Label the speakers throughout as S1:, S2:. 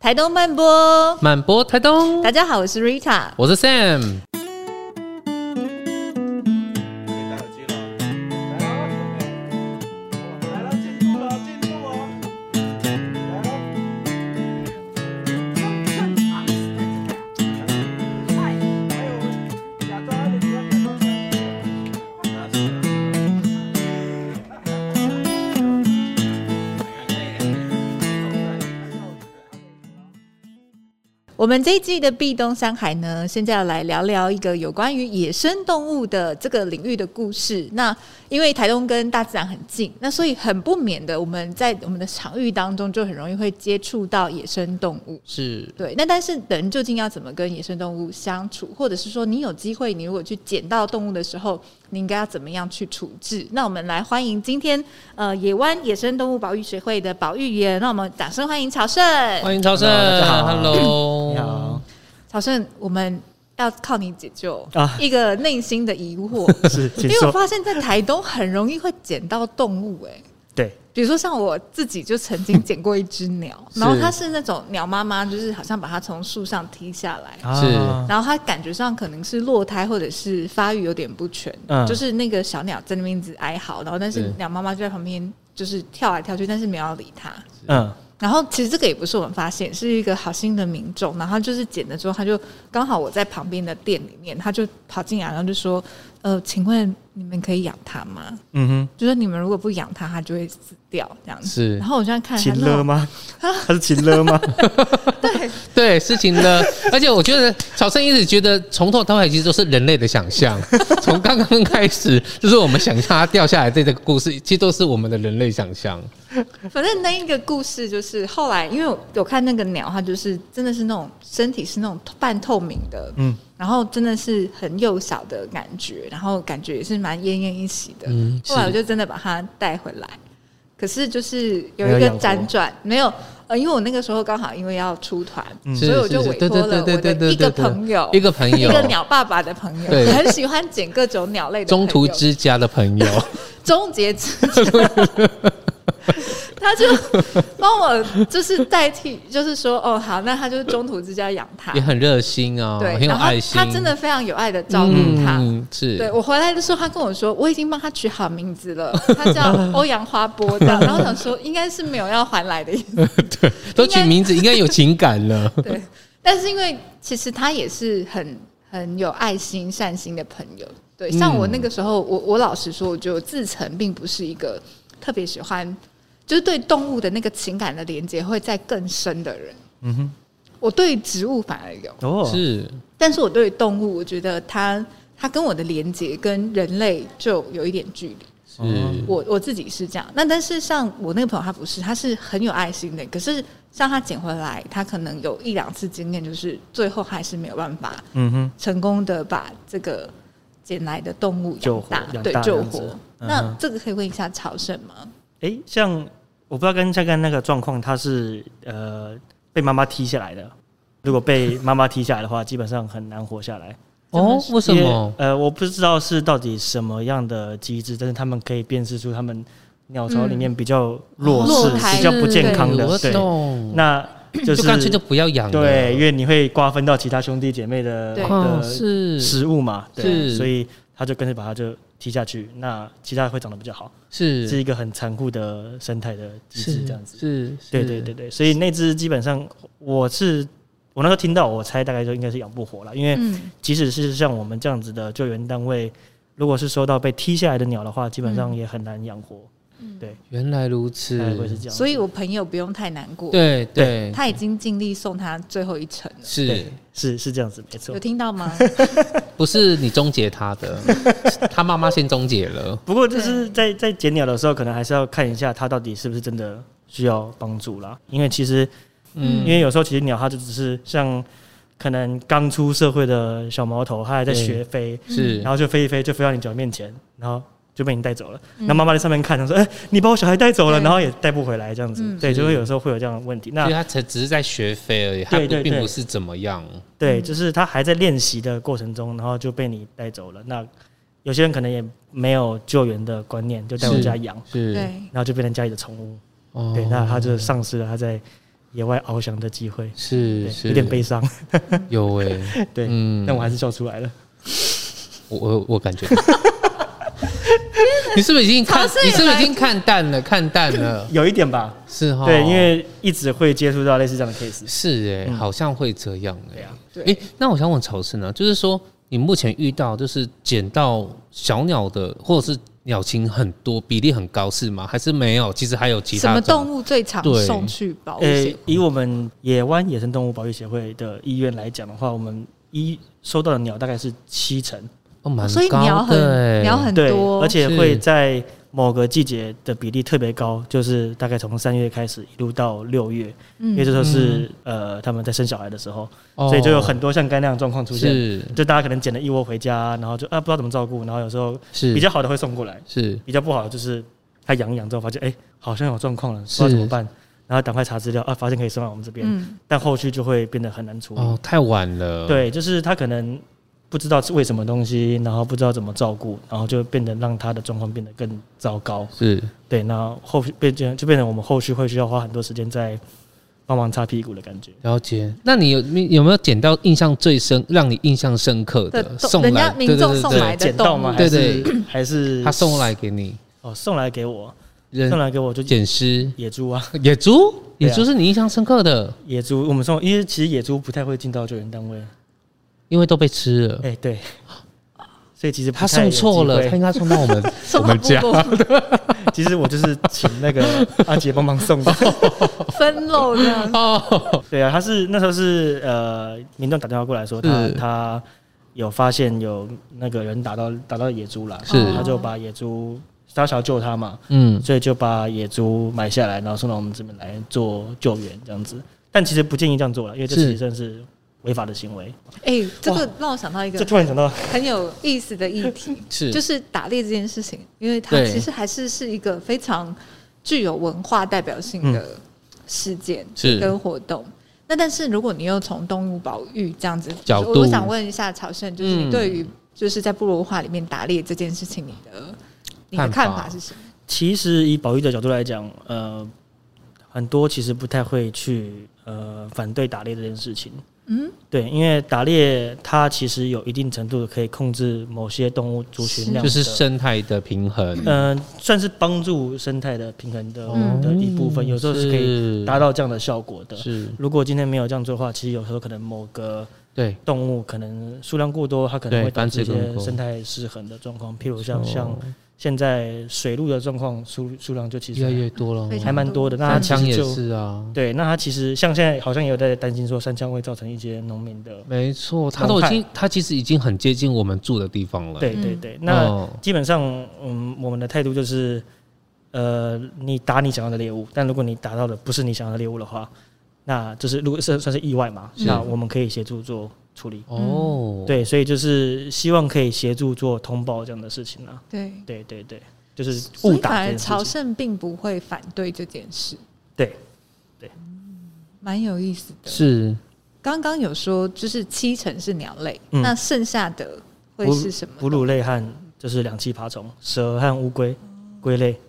S1: 台东慢播，
S2: 满播台东，
S1: 大家好，我是 Rita。
S2: 我是 Sam。
S3: 可以戴耳机了。来了，来了，进入了，进入哦。来了。还有，假装安静，假装安静。
S1: 我们这一季的壁咚山海呢，现在要来聊聊一个有关于野生动物的这个领域的故事。那因为台东跟大自然很近，那所以很不免的，我们在我们的场域当中就很容易会接触到野生动物。
S2: 是
S1: 对，那但是人究竟要怎么跟野生动物相处，或者是说你有机会，你如果去捡到动物的时候，你应该要怎么样去处置？那我们来欢迎今天呃野湾野生动物保育学会的保育员，那我们掌声欢迎乔胜。
S2: 欢迎超生
S4: Hello，大家好
S2: ，Hello，
S4: 你好，
S1: 乔胜，我们要靠你解救
S4: 啊
S1: 一个内心的疑惑，
S4: 是，
S1: 因
S4: 请
S1: 为我
S4: 说。
S1: 发现在台东很容易会捡到动物、哎。
S4: 对，
S1: 比如说像我自己就曾经捡过一只鸟，
S4: 是
S1: 然后它是那种鸟妈妈，就是好像把它从树上踢下来，
S4: 啊
S1: 然后它感觉上可能是落胎或者是发育有点不全，
S4: 嗯
S1: 就是那个小鸟在那边一直哀嚎，然后但是
S2: 是
S1: 鸟妈妈就在旁边就是跳来跳去，但是没有要理它。
S4: 嗯，
S1: 然后其实这个也不是我们发现，是一个好心的民众，然后他就是捡了之后，他就刚好我在旁边的店里面，他就跑进来，然后就说：“呃，请问你们可以养它吗？
S4: 嗯
S1: 就说你们如果不养它，它就会死掉这样子。”
S2: 是
S1: 然后我现在看
S4: 哼，
S1: 他
S4: 情
S1: 那
S4: 乐
S1: 种
S4: 吗？他是情乐吗？
S1: 对，
S2: 对，事情 呢，而且我觉得小生一直觉得从头到尾其实都是人类的想 象，从刚刚开始就是我们想象它掉下来这个故事，其实都是我们的人类想象。
S1: 反正那一个故事就是后来，因为我有看那个鸟，它就是真的是那种身体是那种半透明的，
S4: 嗯，
S1: 然后真的是很幼小的感觉，然后感觉也是蛮奄奄一息的。
S2: 嗯
S1: 后来
S2: 是
S1: 我就真的把它带回来，可是就是有一
S4: 没有
S1: 个
S4: 养活
S1: 辗转没有。呃，因为我那个时候刚好因为要出团，
S4: 嗯
S1: 所以我就是委
S2: 是对
S1: 托
S2: 对
S1: 了
S2: 对
S1: 我
S2: 对对
S1: 的
S2: 对
S1: 一个
S2: 对对
S1: 朋友，
S2: 一个朋 友，
S1: 一个鸟爸爸的朋友，
S2: 对
S1: 很喜欢捡各种鸟类的朋
S2: 中
S1: 友，
S2: 途之家的朋 友，
S1: 终结之前， 他就帮我就是代替，就是说哦好，那他就是中途之家养他
S2: 也，很热心啊，
S1: 对，
S2: 很有
S1: 然后
S2: 爱心，
S1: 他真的非常有爱的照顾他。
S2: 嗯，
S1: 对
S2: 是，
S1: 我回来的时候，他跟我说我已经帮他取好名字了，他叫欧阳花波这 样。然后我想说应该是没有要还来的意思，
S2: 都取名字应该有情感了，
S1: 对。但是因为其实他也是很很有爱心、善心的朋友。对，像我那个时候，我我老实说，我觉得我自成并不是一个特别喜欢，就是对动物的那个情感的连接会再更深的人。
S4: 嗯哼，
S1: 我对植物反而有，
S4: 哦，
S2: 是
S1: 但是我对动物，我觉得它它跟我的连接跟人类就有一点距离。
S2: 是
S4: 哦，
S1: 我我自己是这样，那但是像我那个朋友，他不是，他是很有爱心的。可是像他捡回来，他可能有一两次经验，就是最后还是没有办法
S4: 嗯哼，
S1: 成功的把这个捡来的动物
S4: 救
S1: 养
S4: 活
S1: 大，
S4: 养
S1: 对
S4: 大
S1: 救
S4: 这样
S1: 活
S4: 子。嗯
S1: 那
S4: 哼
S1: 这个可以问一下朝圣吗？
S4: 诶，像我不知道跟像刚那个状况，他是呃被妈妈踢下来的。如果被妈妈踢下来的话，基本上很难活下来。
S2: 哦，为什
S4: 因
S2: 么？
S4: 呃，我不知道是到底什么样的机制，但是他们可以辨识出他们鸟巢里面比较弱势、
S1: 嗯落胎
S4: 比较不健康的。
S2: 哦嗯我
S4: 对，
S2: 懂，
S4: 那就
S2: 就是干脆就不要养了。
S4: 对，因为你会瓜分到其他兄弟姐妹的
S1: 对
S2: 哦，
S4: 的
S2: 是
S4: 食物嘛，对，
S2: 是
S4: 所以他就干脆把它就踢下去，那其他会长得比较好，是
S2: 是
S4: 一个很残酷的生态的机制，这样子。
S2: 是，是
S4: 对对对，对，所以那只基本上我是我那时候听到，我猜大概就应该是养不活了，因为
S1: 嗯，
S4: 即使是像我们这样子的救援单位，如果是收到被踢下来的鸟的话，基本
S1: 嗯
S4: 上也很难养活，
S2: 原来如此
S4: 大，概会是这样子。
S1: 所以我朋友不用太难过，
S2: 对对
S1: 他已经尽力送他最后一程了。
S2: 是
S4: 对是是这样子，没错嗯
S1: 有。听到 吗？
S2: 不是你终结他的？是他妈妈先终结了，
S4: 不过就是在在捡鸟的时候，可能还是要看一下它到底是不是真的需要帮助啦。因为其实，
S1: 嗯
S4: 因为有时候其实鸟它就只是像可能刚出社会的小毛头，它还在
S2: 对
S4: 学飞，
S2: 是
S4: 嗯然后就飞一飞就飞到你脚面前，然后就被你带走了。
S1: 嗯
S4: 那妈妈在上面看，她说：“哎、你把我小孩带走了。”
S1: 对
S4: 然后也带不回来这样子。
S1: 嗯啊
S4: 对，
S2: 是
S4: 就会有时候会有这样的问题。
S2: 所以
S4: 那
S2: 他才只是在学飞而已，他
S4: 对对对
S2: 并不是怎么样。
S1: 嗯
S4: 对，就是它还在练习的过程中，然后就被你带走了。那有些人可能也没有救援的观念，就带回
S2: 是
S4: 家养，
S2: 是
S1: 对，
S4: 然后就变成家里的宠物。
S2: 哦
S4: 对，那他就丧失了他在野外翱翔的机会，
S2: 是
S4: 对，
S2: 是
S4: 有点悲伤，
S2: 有哎、
S4: 对，
S2: 嗯
S4: 但我还是笑出来了。
S2: 我我我感觉， 你是不是已经看？
S1: 尝试
S2: 你是不
S1: 以
S2: 是
S1: 来
S2: 已经看淡了？看淡 了，
S4: 有一点吧，
S2: 是哈？
S4: 对，因为一直会接触到类似这样的 case，
S2: 是哎、
S4: 嗯
S2: 好像会这样哎、
S4: 对啊
S1: 对
S2: 诶那我想问曹生呢，就是说你目前遇到就是捡到小鸟的，或者是鸟禽很多，比例很高是吗？还是没有？其实还有其
S1: 什
S2: 他
S1: 么动
S2: 物？
S1: 物最常
S2: 对
S1: 送去保护
S4: 呃
S1: 协会？，
S4: 以我们野湾野生动物保育协会的意愿来讲的话，我们一收到的鸟大概是七成，
S2: 哦，蛮
S1: 所以鸟
S2: 高
S1: 很
S2: 的、欸，
S1: 鸟很
S4: 哎对，
S1: 多，
S4: 而且
S2: 是
S4: 会在某个季节的比例特别高，就是大概从三月开始一路到六月，
S1: 嗯
S4: 因为这时候是呃他们在生小孩的时候，
S2: 哦，
S4: 所以就有很多像刚那样的状况出现。
S2: 是
S4: 就大家可能捡了一窝回家，然后就啊不知道怎么照顾，然后有时候
S2: 是
S4: 比较好的会送过来，
S2: 是
S4: 比较不好的就是它养一养之后发现哎、好像有状况了，不知道
S2: 是
S4: 怎么办，然后赶快查资料啊，发现可以送到我们这边，
S1: 嗯，
S4: 但后续就会变得很难处理。
S2: 哦，太晚了，，
S4: 对，就是他可能不知道是为什么东西，然后不知道怎么照顾，然后就变得让他的状况变得更糟糕。
S2: 是
S4: 对，那后续变成就变成我们后续会需要花很多时间在帮忙擦屁股的感觉。
S2: 了解。那你有你有没有捡到印象最深、让你印象深刻
S1: 的
S2: 的
S1: 动
S2: 送
S1: 人
S2: 来
S1: 家？民众
S2: 对对
S1: 送
S2: 对
S1: 来的
S4: 捡到吗？
S1: 动物
S2: 对
S4: 还是还是
S2: 他送来给你，
S4: 哦送来给我，
S2: 人
S4: 送来给我就
S2: 捡尸
S4: 野猪啊，
S2: 野猪，
S4: 对啊
S2: 野猪是你印象深刻的，
S4: 野猪我们送，因为其实野猪不太会进到救援单位。
S2: 因为都被吃了。
S4: 哎、对，所以其实不
S2: 他
S4: 太
S2: 送
S4: 有
S2: 错
S4: 机
S2: 了，
S4: 会
S2: 他应该送到我 们
S1: 送
S2: 我
S1: 到
S2: 们家。
S1: 部落
S4: 其实我就是请那 个阿杰帮忙送的。
S1: 分肉这 样，
S2: 哦，
S4: 对啊，他是那时候是呃，民众打电话过来说他
S2: 是
S4: 他有发现有那个人打到打到野猪了，
S2: 是
S4: 他就把野猪，他想要救他嘛，
S2: 嗯，
S4: 所以就把野猪买下来，然后送到我们这边来做救援这样子。但其实不建议这样做了，因为这
S2: 是
S4: 其实算是违法的行为。
S1: 哎、这个让我想到一
S4: 这
S1: 个
S4: 突然想到，
S1: 很有意思的议题，
S2: 是
S1: 就，是打猎这件事情，因为它
S2: 对
S1: 其实还是是一个非常具有文化代表性的事件
S2: 是
S1: 跟活动。那但是如果你又从动物保育这样子
S2: 角
S1: 我
S2: 度
S1: 我想问一下朝圣，就是
S2: 嗯
S1: 你对于就是在部落文化里面打猎这件事情，你的你的
S2: 看
S1: 看
S2: 法
S1: 法是什么？
S4: 其实以保育的角度来讲，呃，很多其实不太会去呃反对打猎这件事情。
S1: 嗯，
S4: 对，因为打猎它其实有一定程度的可以控制某些动物族群量的，
S2: 就是生态的平衡。
S4: 嗯、算是帮助生态的平衡的、
S2: 哦
S1: 嗯
S4: 的一部分，有时候是可以
S2: 以
S4: 达到这样的效果的。
S2: 是，
S4: 如果今天没有这样做的话，其实有时候可能某个
S2: 对，
S4: 动物可能数量过多，它可
S2: 对
S4: 能会导致
S2: 繁
S4: 一
S2: 殖更
S4: 些
S2: 多
S4: 生态失衡的状况，譬如
S2: 哦
S4: 像像现在水路的状况数数量就其
S2: 越来
S4: 实
S2: 越多了
S1: 非，常
S4: 还蛮多的，那它
S2: 三
S4: 其
S2: 枪
S4: 实
S2: 也
S4: 就是
S2: 啊。
S4: 对，那它其实像现在好像也有在担心说三枪会造成一些农民的，
S2: 没错，它都已经，它其实已经很接近我们住的地方了。
S4: 对
S1: 嗯
S4: 对对，那。
S2: 哦
S4: 基本上，嗯，我们的态度就是，呃，你打你想要的猎物，但如果你打到的不是你想要的猎物的话，那就是如果是算是意外嘛，
S2: 是
S4: 那我们可以协助做处理。
S2: 哦，
S4: 嗯对，所以就是希望可以协助做通报这样的事情啊。
S1: 对，
S4: 对对对，就是
S1: 所
S4: 误
S1: 以
S4: 打
S1: 反
S4: 这
S1: 而
S4: 件事
S1: 朝
S4: 情。
S1: 圣并不会反对这件事，
S4: 对，
S1: 蛮有意思的。
S2: 是
S1: 刚刚有说就是七成是鸟类，
S4: 嗯
S1: 那剩下的会是什么？
S4: 哺乳类和就是两栖爬虫、蛇和乌龟、龟类。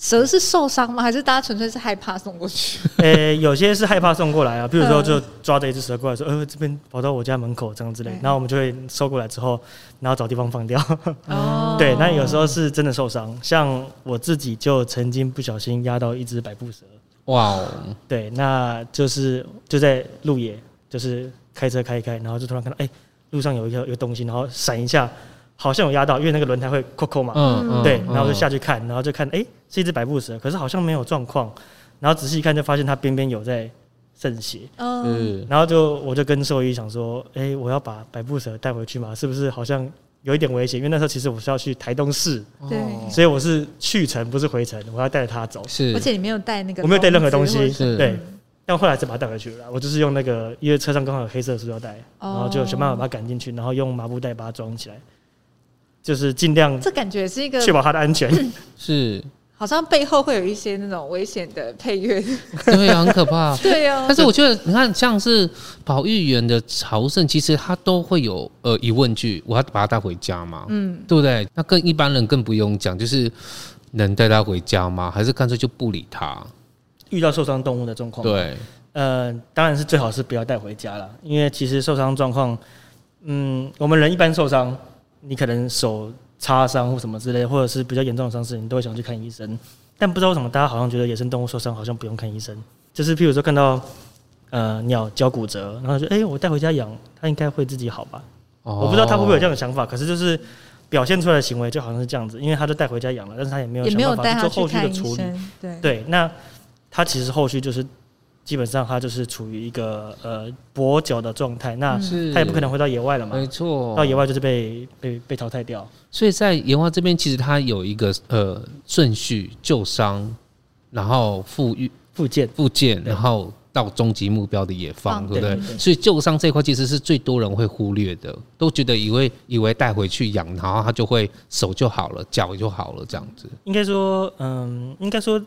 S1: 蛇是受伤吗？还是大家纯粹是害怕送过 去？
S4: 呃、有些是害怕送过来啊，比如说
S1: 嗯
S4: 就抓着一只蛇过来说，呃，这边跑到我家门口这样之类
S1: 对，
S4: 然后我们就会收过来之后，然后找地方放掉。
S1: 哦
S4: 对，那有时候是真的受伤，像我自己就曾经不小心压到一只百步蛇，
S2: 哇哦，
S4: 对，那就是就在路野，就是开车开一开，然后就突然看到，哎、路上有一个有一个东西，然后闪一下，好像有压到，因为那个轮胎会扣扣嘛，
S2: 嗯，
S4: 对，然后就下
S2: 去，
S4: 去看，然后就看，哎、是一只百步蛇，可是好像没有状况，然后仔细一看就发现它边边有在渗血，
S1: 嗯，
S2: 是
S4: 然后就我就跟兽医想说，哎、我要把百步蛇带回去嘛，是不是好像有一点危险？因为那时候其实我是要去台东市，
S2: 嗯哦
S1: 对
S4: 所以我是去程不是回程，我要带着它走，
S2: 是，
S1: 而且你没有带那个，
S4: 我没有带任何东西
S1: 或者
S2: 是
S4: 对。但后来是把它带回去了啦，我就是用那个，因为车上刚好有黑色的塑料袋，然
S1: 哦
S4: 后就想办法把它赶进去，然后用麻布袋把它装起来，就是尽量
S1: 这感觉是一个嗯
S4: 确保它的安全。
S2: 是，
S1: 好像背后会有一些那种危险的配乐。
S2: 对啊，很可怕。
S1: 对哦
S2: 但是我觉得，你看，像是保育员的朝圣，其实他都会有呃疑问句，我要把他带回家吗？
S1: 嗯，
S2: 对不对？那跟一般人更不用讲，就是能带他回家吗？还是干脆就不理他？
S4: 遇到受伤动物的状况，，
S2: 对，
S4: 呃，当然是最好是不要带回家了，因为其实受伤状况，嗯，我们人一般受伤，你可能手擦伤或什么之类，或者是比较严重的伤势，你都会想去看医生。但不知道为什么，大家好像觉得野生动物受伤好像不用看医生，就是譬如说看到呃鸟脚骨折，然后就哎、诶我带回家养，它应该会自己好吧？
S2: 哦
S4: 我不知道他会不会有这样的想法，可是就是表现出来的行为就好像是这样子，因为他就带回家养了，但是他也没有
S1: 也
S4: 想
S1: 没有
S4: 办
S1: 带
S4: 法
S1: 他
S4: 做
S1: 去
S4: 后续的
S1: 看
S4: 处
S1: 医
S4: 理。
S1: 生，对，
S4: 对，那他其实后续就是基本上他就是处于一个呃跛脚的状态，那
S1: 嗯
S2: 哦是，
S4: 他也不可能回到野外了嘛，
S2: 没错，
S4: 到野外就是被被被淘汰掉。
S2: 所以在岩花这边，其实它有一个呃顺序：旧伤，然后复育、
S4: 附件
S2: 复健，
S4: 对
S2: 然后到终极目标的野放，
S1: 放
S2: 对不对
S4: 对对？
S2: 所以旧伤这一块其实是最多人会忽略的，都觉得以为以为带回去养，然后它就会手就好了，脚就好了这样子。
S4: 应该说，嗯，应该说，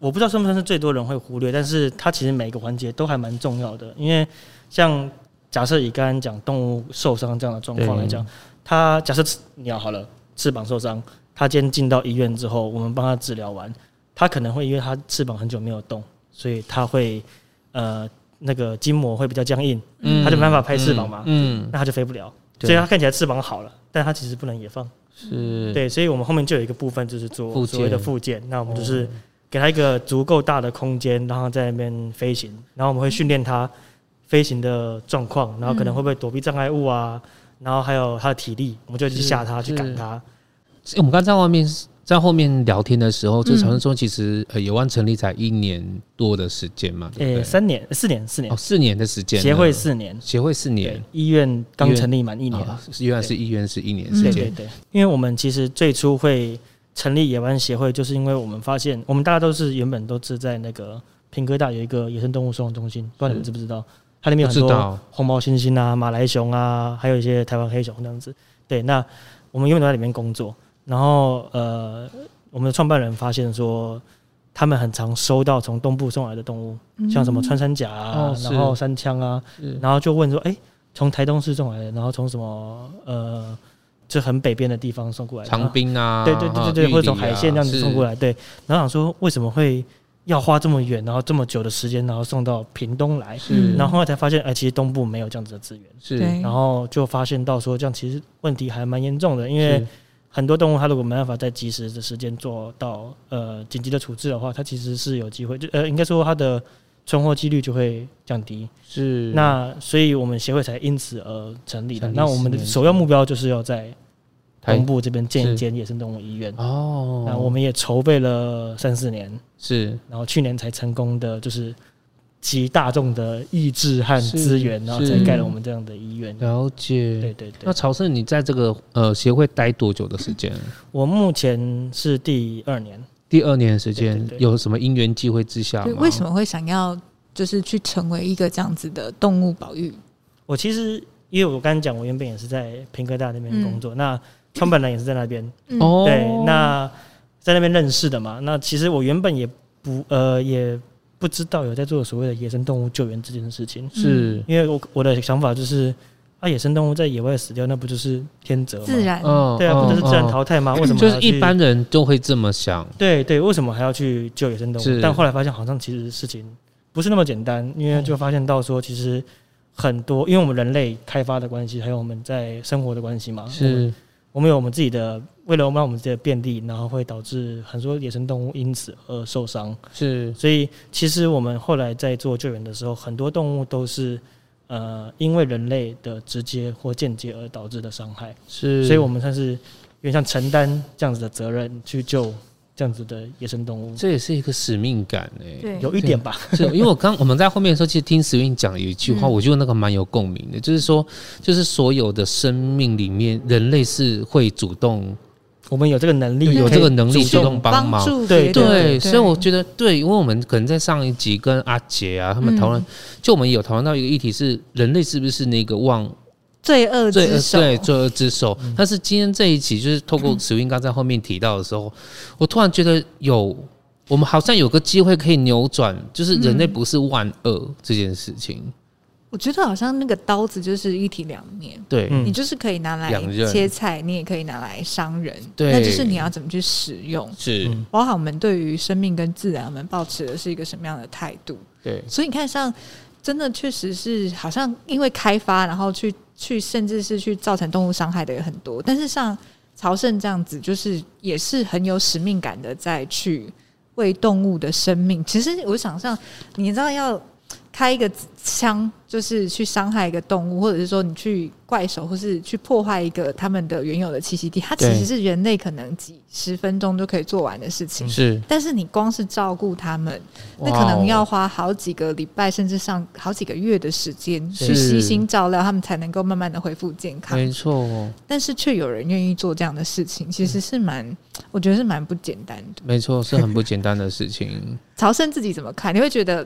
S4: 我不知道算不算是最多人会忽略，但是它其实每个环节都还蛮重要的，因为像假设以刚刚讲动物受伤这样的状况来讲，它假设翅鸟好了翅膀受伤，它今天进到医院之后，我们帮它治疗完，它可能会因为它翅膀很久没有动，所以它会呃那个筋膜会比较僵硬，
S2: 嗯
S4: 它就没办法拍翅膀嘛
S2: 嗯，
S4: 那它就飞不了，
S2: 对
S4: 所以它看起来翅膀好了，但它其实不能野放。
S2: 是，
S4: 对，所以我们后面就有一个部分就是做
S2: 附
S4: 所谓的
S2: 件哦
S4: 附件，那我们就是给它一个足够大的空间，让它在那边飞行，然后我们会训练它飞行的状况，然后可能会不会躲避障碍物啊，然后还有它的体力，我们就去
S2: 是
S4: 吓它，去
S2: 是
S4: 赶它。
S2: 我们刚在外面在后面聊天的时候，就
S1: 嗯
S2: 讨论说，其实呃野湾成立才一年多的时间嘛，对
S4: 诶，
S2: 不对？
S4: 三年、四年、四
S2: 哦，
S4: 年，
S2: 四年的时间了，
S4: 协会四年，
S2: 协会四年
S4: 对，，医院
S2: 医
S4: 刚
S2: 院
S4: 成立满一年，
S2: 啊原来是医院是一年
S1: 嗯
S2: 时
S4: 对
S2: 间
S4: 对，对，因为我们其实最初会成立野湾协会，就是因为我们发现，我们大家都是原本都是在那个平哥大有一个野生动物收养中心，不知道你们知不知道？它里面有很
S2: 不知
S4: 多
S2: 道
S4: 红毛猩猩啊、马来熊啊，还有一些台湾黑熊这样子。对，那我们原本都在里面工作，然后呃，我们的创办人发现说，他们很常收到从东部送来的动物，像什么穿山甲啊
S2: 哦，是
S4: 然后山枪啊
S2: 是，
S4: 然后就问说，哎、从台东市送来的，然后从什么呃，就很北边的地方送过来的，
S2: 长滨啊，
S4: 对对对对对，
S2: 啊
S4: 或者从海线这样子送过。
S2: 玉里啊
S4: 来，对。然后想说为什么会要花这么远，然后这么久的时间，然后送到屏东来，
S2: 是嗯
S4: 然后后来才发现，哎、其实东部没有这样子的资源，
S2: 是是
S1: 对
S4: 然后就发现到说这样其实问题还蛮严重的，因为
S2: 是
S4: 很多动物它如果没办法在及时的时间做到呃紧急的处置的话，它其实是有机会，就呃应该说它的存活几率就会降低。
S2: 是
S4: 那所以我们协会才因此而成立的。
S2: 成立
S4: 那我们的
S2: 四年
S4: 首要目标就是要在
S2: 台
S4: 东部这边建
S2: 是
S4: 一间野生动物医院。
S2: 哦，
S4: 那我们也筹备了三四年，
S2: 是
S4: 然后去年才成功的，就是集大众的意志和
S2: 是
S4: 资源，然后才
S2: 是
S4: 盖了我们这样的医院。
S2: 了
S4: 对
S2: 解。
S4: 对对
S2: 那，朝圣，你在这个呃协会待多久的时间？
S4: 我目前是第二年，
S2: 第二年的时间
S4: 对对对
S2: 有什么因缘机会之下
S1: 对
S2: 吗？
S1: 为什么会想要就是去成为一个这样子的动物保育？
S4: 我其实因为我刚刚讲，我原本也是在平科大那边工
S2: 嗯
S4: 作，那川本人也是在那边，
S1: 嗯
S2: 哦，
S4: 对，那在那边认识的嘛。那其实我原本也不呃也不知道有在做所谓的野生动物救援这件事
S1: 嗯
S4: 情，
S2: 是
S4: 因为我我的想法就是，啊，野生动物在野外死掉，那不就是天责吗？
S1: 自然，
S2: 嗯，
S4: 对啊，
S2: 嗯
S4: 不就是自然？淘汰吗？为
S2: 嗯
S4: 什么还
S2: 就
S4: 要
S2: 是一
S4: 去
S2: 般人都会这么想，
S4: 对对，为什么还要去救野生动
S2: 是
S4: 物？但后来发现好像其实事情不是那么简单，因为就发现到说其实。很多，因为我们人类开发的关系，还有我们在生活的关系嘛，我们
S2: 是
S4: 我们有我们自己的，为了让我们自己的便利，然后会导致很多野生动物因此而受伤。
S2: 是
S4: 所以其实我们后来在做救援的时候，很多动物都是呃因为人类的直接或间接而导致的伤害，
S2: 是，
S4: 所以我们算是有点像承担这样子的责任去救这样子的野生动物，
S2: 这也是一个使命感哎。
S1: 对，
S4: 有一点吧。
S2: 是因为我刚我们在后面的时候，其实听石韵讲有一句话，
S1: 嗯
S2: 我觉得那个蛮有共鸣的，就是说，就是所有的生命里面，人类是会主动
S4: 我们有这个能力，
S2: 有这个能力
S1: 去
S2: 主动帮忙。
S1: 助
S4: 对
S1: 别人
S2: 对，所以我觉得对，因为我们可能在上一集跟阿杰啊他们讨论，
S1: 嗯
S2: 就我们有讨论到一个议题是，人类是不是那个忘
S1: 罪恶
S2: 罪
S1: 之
S4: 呃
S1: 首，
S2: 对罪恶之首？
S4: 嗯
S2: 但是今天这一集就是透过史韵刚在后面提到的时候，我突然觉得有我们好像有个机会可以扭转，就是人类不是万恶这件事情。
S1: 我觉得好像那个刀子就是一体两面，
S2: 对，
S4: 嗯
S1: 你就是可以拿来
S2: 两刃
S1: 切菜，你也可以拿来伤人，
S2: 对
S1: 那就是你要怎么去使用。
S2: 是
S4: 嗯
S1: 包含我们对于生命跟自然，我们保持的是一个什么样的态度？
S2: 对，
S1: 所以你看，像真的确实是好像因为开发，然后去去甚至是去造成动物伤害的也很多。但是像朝圣这样子，就是也是很有使命感的，在去为动物的生命。其实我想象，你知道要开一个枪，就是去伤害一个动物，或者是说你去怪手，或是去破坏一个他们的原有的栖息地，它其
S2: 对
S1: 实是人类可能几十分钟就可以做完的事情。
S4: 嗯
S2: 是
S1: 但是你光是照顾他们，那
S2: 哇
S1: 可
S2: 哦
S1: 能要花好几个礼拜，甚至上好几个月的时间
S2: 是
S1: 去悉心照料，他们才能够慢慢的恢复健康。
S2: 没错，
S1: 但是却有人愿意做这样的事情，其
S4: 嗯
S1: 实是蛮，我觉得是蛮不简单的。
S2: 没错，是很不简单的事情。
S1: 朝圣自己怎么看？你会觉得，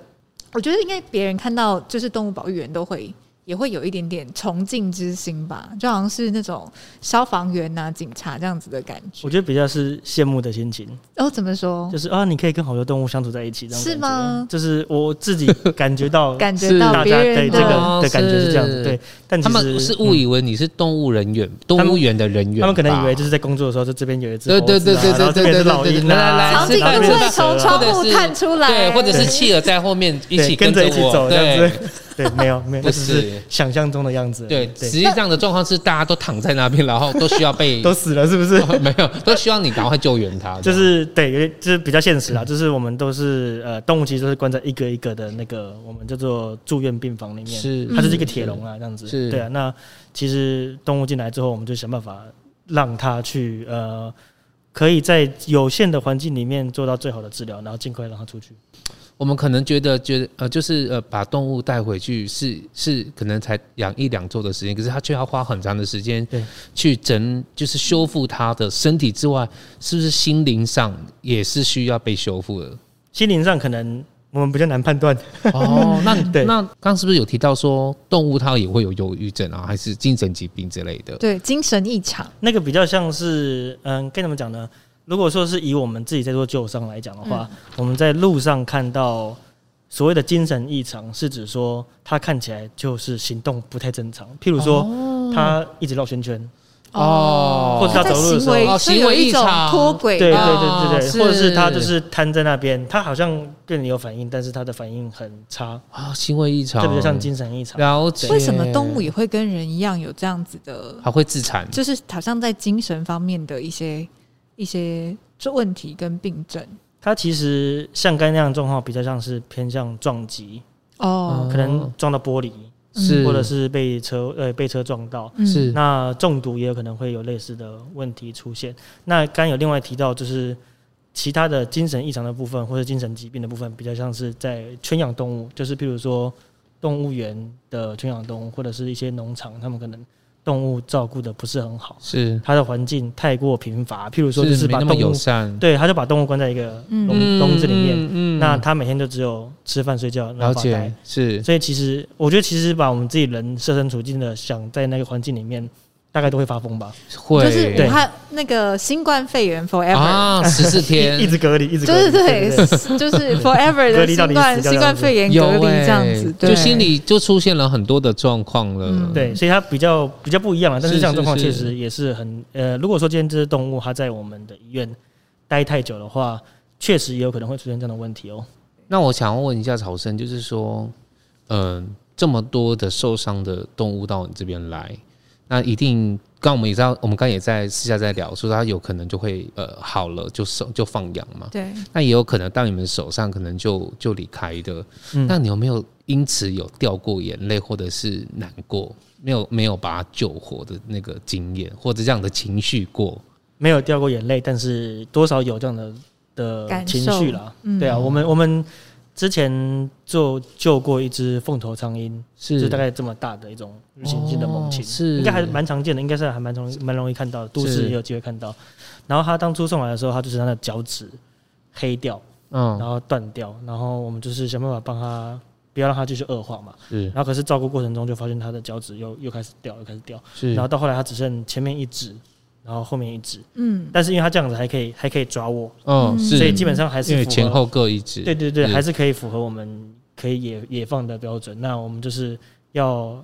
S1: 我觉得应该别人看到就是动物保育员都会。也会有一点点崇敬之心吧，就好像是那种消防员呐、警察这样子的感觉
S4: 我。觉得比较是羡慕的心情，
S1: 哦，怎么说
S4: 就？是啊，你可以跟好多动物相处在一起，这样
S1: 是吗
S4: 就是我自己感 觉到
S1: 感
S2: 是
S1: 觉
S4: 大
S1: 到别
S4: 家对
S1: 人
S4: 这
S1: 的、
S4: 个的
S2: 哦
S4: 感觉是这样
S2: 是
S4: 子，对。 但其
S2: 他
S4: 实
S2: 们是误以为你是动物人员，
S4: 们
S2: 动物园的人员吧，
S4: 他们可能以为就是在工作的时候，就这边有一只
S2: 对
S4: 猴子啊，
S2: 对对对
S4: 然后这
S2: 对
S4: 边是
S2: 对
S4: 老
S2: 对对
S4: 鹰
S2: 对
S4: 啊，
S2: 来
S1: 长
S2: 来
S1: 颈
S4: 这边
S1: 鹿
S4: 是
S1: 会从
S4: 蛇啊
S1: 窗
S2: 或者
S1: 户
S2: 是
S1: 探出来，
S2: 对，或者是企鹅在后面一
S4: 对
S2: 起
S4: 跟着
S2: 着
S4: 一起
S2: 我
S4: 走这样
S2: 对
S4: 子，对，没有没有，
S2: 不
S4: 那
S2: 是
S4: 只是想象中的样子而已，
S2: 对，实
S4: 对，
S2: 际上的状况是大家都躺在那边，然后都需要被
S4: 都死了是 不是？
S2: 没有，都希望你赶快救援他。
S4: 就是对，有点就是比较现实啦，就是我们都是呃，动物其实都是关在一个一个的那个我们叫做住院病房里面，
S2: 是
S4: 它就是一个铁笼啊，这样子，
S2: 嗯是
S4: 对啊。那其实动物进来之后，我们就想办法让它去呃，可以在有限的环境里面做到最好的治疗，然后尽快让它出去。
S2: 我们可能觉得觉得呃，就是呃，把动物带回去是是可能才养一两周的时间，可是它却要花很长的时间
S4: 对
S2: 去整，就是修复它的身体之外，是不是心灵上也是需要被修复 的？
S4: 心灵上可能我们比较难判断，
S2: 哦，那
S4: 对
S2: 那刚是不是有提到说动物它也会有忧郁症啊，还是精神疾病之类的？
S1: 对精神异常。
S4: 那个比较像是，嗯，该怎么讲呢？如果说是以我们自己在做救伤来讲的话，我们在路上看到所谓的精神异常，是指说他看起来就是行动不太正常，譬如说、他一直绕圈圈，
S2: 哦
S4: 或者他走路的时候
S1: 在
S2: 哦
S1: 行为
S2: 行
S1: 就有
S2: 为
S1: 一种
S2: 异常
S1: 脱轨，
S4: 对对
S2: 哦
S4: 对对对，
S2: 是
S4: 或者是他就是瘫在那边，他好像对你有反应，但是他的反应很差，
S2: 啊，行为异常，
S4: 特别像精神异常。
S2: 了解
S1: 为什么动物也会跟人一样有这样子的，
S2: 还会自残？
S1: 就是好像在精神方面的一些一些问题跟病症
S4: 他其实像刚那样的状况，比较像是偏向撞击，
S1: 哦，
S4: 可能撞到玻璃，
S2: 是
S4: 嗯或者是被车呃被车撞到。
S1: 嗯
S2: 是
S4: 那中毒也有可能会有类似的问题出现。那刚有另外提到，就是其他的精神异常的部分或者精神疾病的部分，比较像是在圈养动物，就是譬如说动物园的圈养动物，或者是一些农场，他们可能动物照顾的不是很好，
S2: 是
S4: 它的环境太过贫乏，譬如说就是是
S2: 没
S4: 把
S2: 那么
S4: 动
S2: 友
S4: 物
S2: 善，
S4: 对，他就把动物关在一个
S1: 嗯
S4: 笼笼子里面，
S2: 嗯
S4: 那它每天就只有吃饭睡觉，然
S2: 了
S4: 后发呆
S2: 解。是
S4: 所以其实我觉得，其实把我们自己人设身处境的想在那个环境里面，大概都会发疯吧。
S2: 会
S1: 就是武
S4: 对
S1: 汉那个新冠肺炎 forever。
S2: 啊，十四
S4: 一一
S2: 天
S4: 直隔离，一直隔
S1: 对
S4: 离，
S1: 对
S4: 对
S1: 对， 就是 forever
S4: 隔
S1: 的
S4: 离到
S1: 新
S4: 你
S1: 冠
S4: 死掉
S1: 新冠肺炎
S2: 有
S1: 隔离
S2: 欸
S1: 这样子，对
S2: 就心里就出现了很多的状况了
S1: 嗯。
S4: 对，所以它比较比较不一样啊。但是
S2: 是
S4: 这样的状况
S2: 是
S4: 确
S2: 是
S4: 实也是很呃，如果说今天这只动物它在我们的医院待太久的话，确实也有可能会出现这样的问题哦。
S2: 那我想要问一下曹生，就是说，嗯、这么多的受伤的动物到你这边来，那一定，刚我们也知道，我们刚也在私下在聊，说它有可能就会呃好了就收就放养嘛，
S1: 对，
S2: 那也有可能到你们手上可能就就离开的。
S4: 嗯
S2: 那你有没有因此有掉过眼泪或者是难过，没有没有把它救活的那个经验或者这样的情绪过？
S4: 没有掉过眼泪，但是多少有这样的的
S1: 感
S4: 情
S1: 受
S4: 绪啦。
S1: 嗯
S4: 对啊，我们我们之前就救过一只凤头苍鹰，就是大概这么大的一种日行性的猛禽，
S2: 哦是
S4: 应该还蛮常见的，应该是还蛮容易蛮容易看到的，都
S2: 是
S4: 市也有机会看到。然后他当初送来的时候，他就是他的脚趾黑掉，然
S2: 嗯，
S4: 后断掉，然后我们就是想办法帮他，不要让他继续恶化嘛。
S2: 是
S4: 然后可是照顾过程中就发现他的脚趾又又开始掉，又开始掉，
S2: 是
S4: 然后到后来他只剩前面一指，然后后面一指，
S1: 嗯，
S4: 但是因为他这样子还可以还可以抓握，
S2: 嗯
S1: 嗯
S2: 是，
S4: 所以基本上还是
S2: 因为
S4: 符合
S2: 前后各一只，
S4: 对对对，
S2: 是
S4: 还是可以符合我们可以野野放的标准。那我们就是要，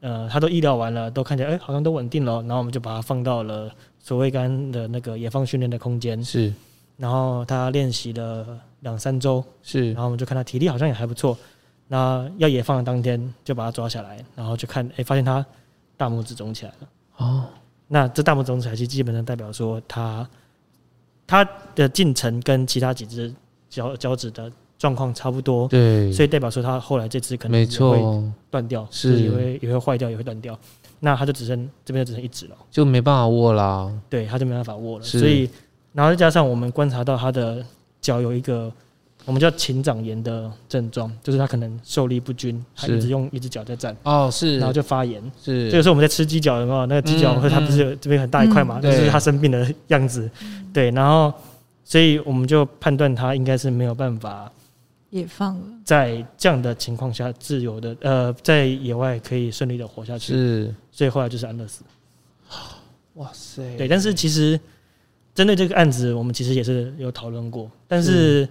S4: 呃，它都医疗完了，都看起来哎、好像都稳定了，然后我们就把它放到了所谓刚刚的那个野放训练的空间，
S2: 是
S4: 然后它练习了两三周，
S2: 是
S4: 然后我们就看他体力好像也还不错。那要野放的当天就把他抓下来，然后就看，哎、发现他大拇指肿起来了。
S2: 哦，
S4: 那这大拇指肿起来，其实基本上代表说它它的进程跟其他几只脚脚趾的状况差不多，
S2: 对，
S4: 所以代表说它后来这只可能
S2: 没
S4: 也会
S2: 错，
S4: 断掉，
S2: 是
S4: 就也会也会坏掉，也会断掉。那它就只剩这边就只剩一只了，
S2: 就没办法握啦。
S4: 对，它就没办法握了。
S2: 是
S4: 所以，然后再加上我们观察到它的脚有一个我们叫禽掌炎的症状，就是它可能受力不均，它
S2: 是
S4: 一直用一只脚在站，
S2: 哦，是，
S4: 然后就发炎。
S2: 是
S4: 这个时候我们在吃鸡脚有没有？那个鸡脚
S2: 嗯
S4: 或者它不是有这边很大一块嘛，
S2: 嗯
S4: 就
S2: 对
S4: 是它生病的样子。对，然后所以我们就判断它应该是没有办法
S1: 也放了，
S4: 在这样的情况下自由的呃，在野外可以顺利的活下去，
S2: 是，
S4: 所以后来就是安乐死。
S2: 哇塞，
S4: 对，但是
S2: 嗯
S4: 其实针对这个案子，我们其实也是有讨论过，但是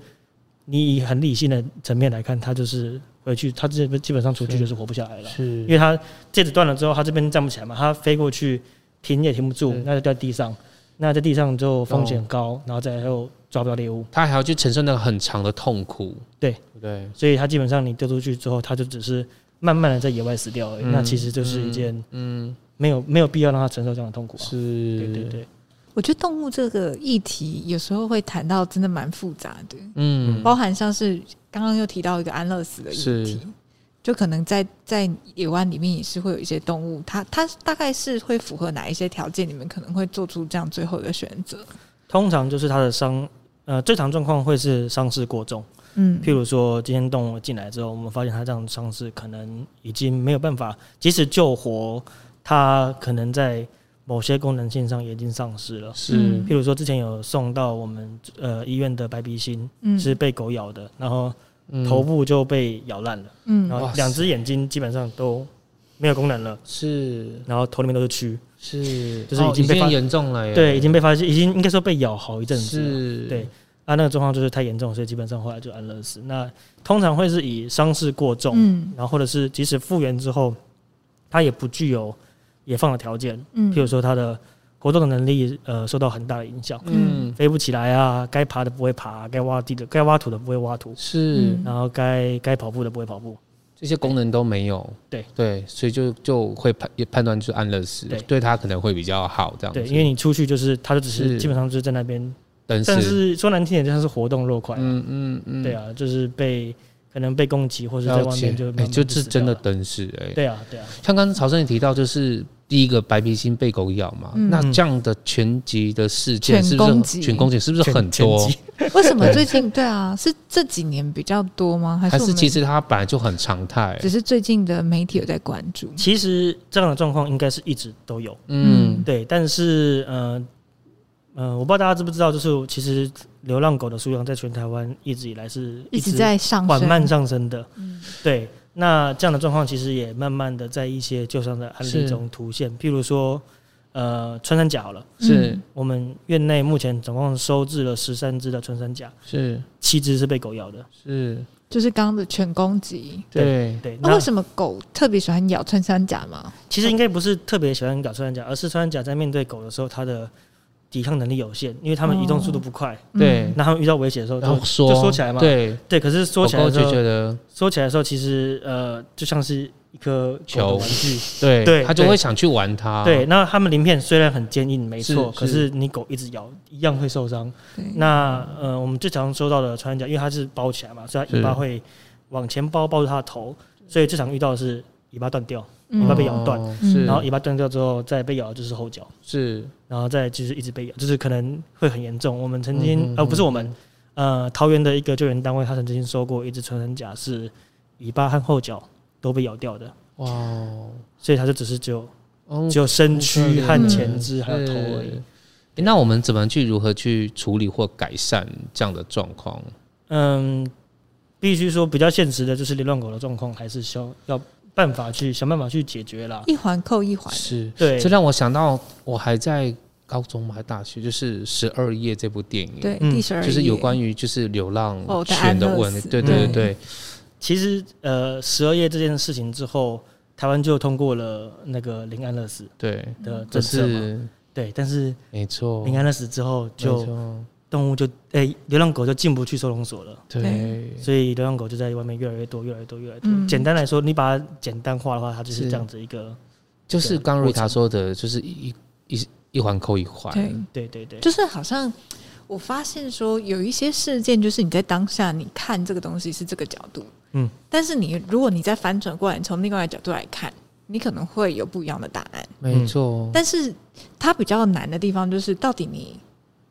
S4: 你以很理性的层面来看，它就是回去，它这基本上出去
S2: 是
S4: 就是活不下来了。
S2: 是
S4: 因为他戒指断了之后，他这边站不起来嘛，他飞过去停也停不住
S2: 对，
S4: 那就掉地上，那在地上就风
S2: 哦
S4: 险高，然后再来又抓不到猎物，
S2: 他还要去承受那个很长的痛苦，
S4: 对
S2: 不对？
S4: 所以他基本上你丢出去之后，他就只是慢慢的在野外死掉而已。
S2: 嗯
S4: 那其实就是一件
S2: 嗯，
S4: 没有没有必要让他承受这样的痛苦、啊。
S2: 是，
S4: 对对，对，
S1: 我觉得动物这个议题有时候会谈到真的蛮复杂的，
S2: 嗯，
S4: 哦
S1: 包含像是刚刚又提到一个安乐死的议
S2: 是
S1: 题，就可能在在野湾里面也是会有一些动物，它它大概是会符合哪一些条件，你们可能会做出这样最后的选择。
S4: 通常就是他的伤，呃，最常状况会是伤势过重。
S1: 嗯
S4: 譬如说，今天动物进来之后，我们发现它这样的伤势可能已经没有办法，即使救活，它可能在某些功能性上也已经丧失了。
S2: 是
S1: 嗯
S4: 譬如说，之前有送到我们呃医院的白鼻星
S1: 嗯
S4: 是被狗咬的，然后
S2: 嗯
S4: 头部就被咬烂了，然
S1: 嗯
S4: 后
S2: 哇塞
S4: 两只眼睛基本上都没有功能了，
S2: 是
S4: 然后头里面都是蛆，
S2: 是，
S4: 就是
S2: 哦
S4: 已经被发
S2: 严重了耶，
S4: 对，已经被发现，已经应该说被咬好一阵子了。
S2: 是，
S4: 对，啊，那个状况就是太严重，所以基本上后来就安乐死。那通常会是以伤势过重，
S1: 嗯
S4: 然后或者是即使复原之后，它也不具有野放的条件，
S1: 嗯
S4: 譬如说它的活动的能力呃受到很大的影响，
S2: 嗯，
S4: 飞不起来啊，该爬的不会爬，该挖地的该挖土的不会挖土，
S2: 是
S1: 嗯
S4: 然后该该跑步的不会跑步。
S2: 这些功能都没有，
S4: 对
S2: 对，所以就就会判也判断出安乐死，
S4: 对
S2: 对他可能会比较好这样子，
S4: 对，因为你出去就是它就只是
S2: 是
S4: 基本上就是在那边，
S2: 但
S4: 但
S2: 是，
S4: 是说难听点，就像是活动肉块啊，
S2: 嗯嗯嗯，
S4: 对啊，就是被可能被攻击或者在
S2: 了
S4: 外
S2: 解，
S4: 面就慢
S2: 哎，
S4: 慢
S2: 就是
S4: 死掉
S2: 真的
S4: 了
S2: 等死哎，
S4: 对啊对啊。
S2: 像刚才曹生也提到，就是第一个白皮星被狗咬嘛，
S1: 嗯
S2: 那这样的拳击的事件是不
S1: 全
S2: 是
S1: 攻击
S2: 全攻击是不是很多
S4: 拳？击
S1: 为什么
S2: 对
S1: 最近对啊？是这几年比较多吗？还
S2: 还
S1: 是我
S2: 是
S1: 们
S2: 其实它本来就很常态
S1: 只？是最近的媒体有在关注？
S4: 其实这样的状况应该是一直都有，
S2: 嗯，
S4: 对，但是呃呃，我不知道大家知不知道，就是其实流浪狗的数量在全台湾一直以来是
S1: 一直在上
S4: 缓
S1: 升，
S4: 慢上升的，
S1: 嗯
S4: 对。那这样的状况其实也慢慢的在一些旧伤的案例
S2: 是
S4: 中凸现，譬如说，呃，穿山甲好了，
S2: 是
S4: 我们院内目前总共收治了十三只的穿山甲，
S2: 是
S4: 七只是被狗咬的，
S2: 是，
S1: 就是刚刚的犬攻击。
S2: 对，
S4: 对。
S1: 那
S4: 那
S1: 为什么狗特别喜欢咬穿山甲吗？
S4: 其实应该不是特别喜欢咬穿山甲，而是穿山甲在面对狗的时候，它的抵抗能力有限，因为它们移动速度不快，
S2: 对
S1: 嗯
S4: 那它们遇到危险的时候
S2: 然后
S4: 就
S2: 缩
S4: 就缩起来嘛。
S2: 对，
S4: 对，可是缩
S2: 狗
S4: 起来
S2: 哦狗
S4: 的时
S2: 就
S4: 候
S2: 觉，得
S4: 缩起来的时候，其实呃，就像是一颗狗的
S2: 球
S4: 玩具。
S2: 对，
S4: 对
S2: 它就会想去玩它，
S4: 对，，那它们鳞片虽然很坚硬，没错，
S2: 是
S4: 可是你狗一直咬，一样会受伤。
S1: 对
S4: 那呃，我们最常收到的穿山甲，因为它是包起来嘛，所以它尾巴
S2: 是
S4: 会往前包，包住它的头，所以最常遇到的是尾巴断掉，
S1: 嗯
S4: 它被咬断
S2: 哦
S1: 嗯
S2: 是，
S4: 然后尾巴断掉之后，再被咬的就是后脚。
S2: 是
S4: 然后再就是一直被咬，就是可能会很严重。我们曾
S2: 嗯
S4: 经、
S2: 嗯
S4: 呃不是我们呃桃园的一个救援单位，他曾经收过一只穿山甲是尾巴和后脚都被咬掉的，
S2: 哇哦，
S4: 所以它就只是只有
S2: 哦
S4: 只有身躯
S2: 嗯
S4: 和前肢
S2: 是
S4: 还有头而已。
S2: 诶那我们怎么去如何去处理或改善这样的状况？
S4: 嗯，必须说比较现实的就是流浪狗的状况，还是需要要办法去想办法去解决啦。
S1: 一环扣一环，
S2: 是，
S4: 对
S2: 这让我想到我还在高中嘛，还大学，就是《十二夜》这部电影，，
S1: 对，
S4: 嗯
S1: 第十二
S2: 就是有
S1: 页
S2: 关于就是流浪
S1: 哦在
S2: 犬的
S1: 安乐
S2: 问题，
S1: 死
S2: 对对对对，
S4: 其实呃十二夜这件事情之后，台湾就通过了那个零安乐死
S2: 对，
S4: 的
S2: 这
S4: 政策嘛，
S2: 嗯是
S4: 对，但是
S2: 没错，
S4: 零安乐死之后就
S2: 没错
S4: 动物就诶、流浪狗就进不去收容所了。
S2: 对，
S4: 所以流浪狗就在外面越来越多，越来越多，越来越多。
S1: 嗯
S4: 简单来说，你把它简单化的话，它就是
S2: 是
S4: 这样子一个，
S2: 就是刚瑞塔说的，就是一一一一环扣一环，
S1: 对，
S4: 对对对，
S1: 就是好像我发现说有一些事件，就是你在当下你看这个东西是这个角度，
S4: 嗯，
S1: 但是你如果你再翻转过来，你从另外一个角度来看，你可能会有不一样的答案。
S2: 没错。
S1: 但是它比较难的地方就是，到底你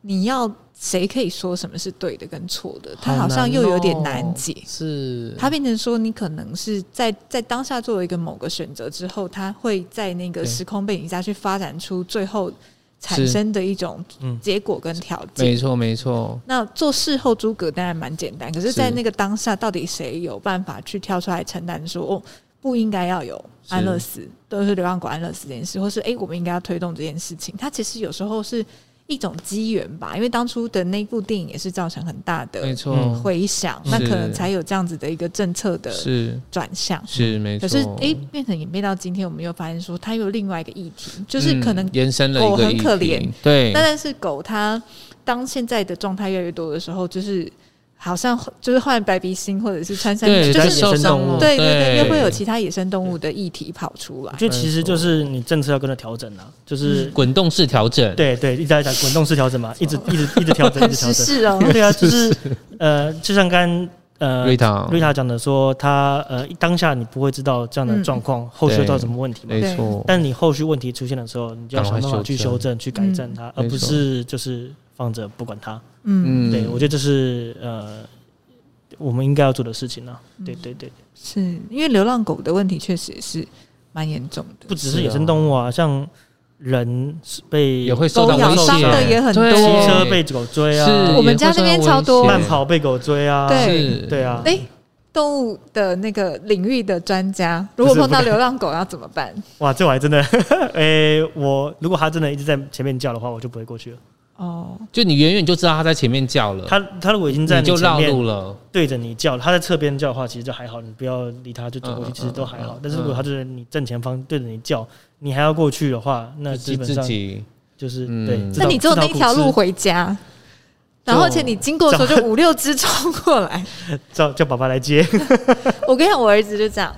S1: 你要谁可以说什么是对的跟错的？它好像又有点难解。
S2: 哦是，
S1: 它变成说，你可能是在在当下做了一个某个选择之后，它会在那个
S2: 对
S1: 时空背景下去发展出最后产生的一种
S4: 嗯
S1: 结果跟条
S2: 没
S1: 件。
S2: 错，没错，
S1: 那做事后诸葛当然蛮简单，可是，
S2: 是
S1: 在那个当下，到底谁有办法去跳出来承担说哦，不应该要有安乐死，都是流浪狗安乐死这件事，或是诶，我们应该要推动这件事情？它其实有时候是一种机缘吧，因为当初的那部电影也是造成很大
S2: 没
S1: 的
S2: 错
S4: 嗯，
S1: 回响，那
S2: 是
S1: 可能才有这样子的一个政策的
S2: 是
S1: 转向。
S2: 是没
S1: 可
S2: 错。
S1: 是，诶，变成演变到今天，我们又发现说，它有另外一个议题，就是可能
S2: 嗯延伸了一
S1: 狗
S2: 个
S1: 很
S2: 议
S1: 可
S2: 题
S1: 怜，
S2: 对
S1: 那，但是狗它当现在的状态越来越多的时候，就是好像就是换白鼻星或者是穿山
S2: 对，
S1: 就
S2: 它
S1: 是
S2: 受
S4: 野生
S2: 伤
S4: 动物
S2: 了
S1: 对对对，又会有其他野生动物的议题跑出来
S4: 我。觉得其实就是你政策要跟着调整啊，就是、
S2: 滚动式调整，
S4: 对对，一直在讲滚动式调整 嘛，一直一直一直调整，一
S1: 很时
S4: 直 调整。
S1: 事哦，
S4: 对啊， 就是呃，就像刚呃
S2: 瑞塔，
S4: 瑞塔讲的说，他呃当下你不会知道这样的
S1: 嗯
S4: 状况、后续会到什么问题嘛，
S2: 没错，
S4: 但你后续问题出现的时候，你就要
S2: 赶快
S4: 想办
S2: 修
S4: 法去
S2: 正嗯
S4: 修正、去改正它，而
S2: 没
S4: 不
S2: 错
S4: 是就是放着不管它。
S1: 嗯，
S2: 嗯，
S4: 对，我觉得这是呃我们应该要做的事情呢、
S1: 嗯
S4: 对对对，
S1: 是因为流浪狗的问题确实也是蛮严重的，
S4: 不只
S2: 是
S4: 是野生
S2: 啊
S4: 动物啊，像人是被
S2: 也会受
S1: 狗
S2: 到
S1: 咬
S2: 威
S1: 伤
S2: 胁
S1: 的也很
S2: 对
S1: 多
S4: 汽车被狗追啊
S2: 是，
S1: 我们家那边超多
S2: 也会
S4: 慢
S2: 受到威胁
S4: 跑被狗追啊，
S1: 对哎
S2: 是
S4: 对啊，
S1: 诶动物的那个领域的专家，如果碰到流浪狗要怎么办？
S4: 哇，这我还真的， 诶、我如果它真的一直在前面叫的话，我就不会过去了。
S1: 哦，
S2: 就你远远就知道他在前面叫了，
S4: 它它如果已经在
S2: 呃你就
S4: 前
S2: 绕
S4: 面
S2: 路了，
S4: 对着你叫，它在侧边叫的话，其实就还好，你不要理它，就走过去，
S2: 嗯嗯
S4: 其实都还好
S2: 嗯。
S4: 但是如果
S2: 嗯
S4: 它就是你正前方对着你叫，你还要过去的话，那
S2: 就是
S4: 基本
S2: 自
S4: 上
S2: 己
S4: 就是
S2: 嗯
S4: 对。
S1: 那你只有
S4: 走
S1: 那条路，回家，然后而且你经过的时候就五六只冲过来。
S4: 叫叫爸爸来接。
S1: 我跟你讲，我儿子就这样，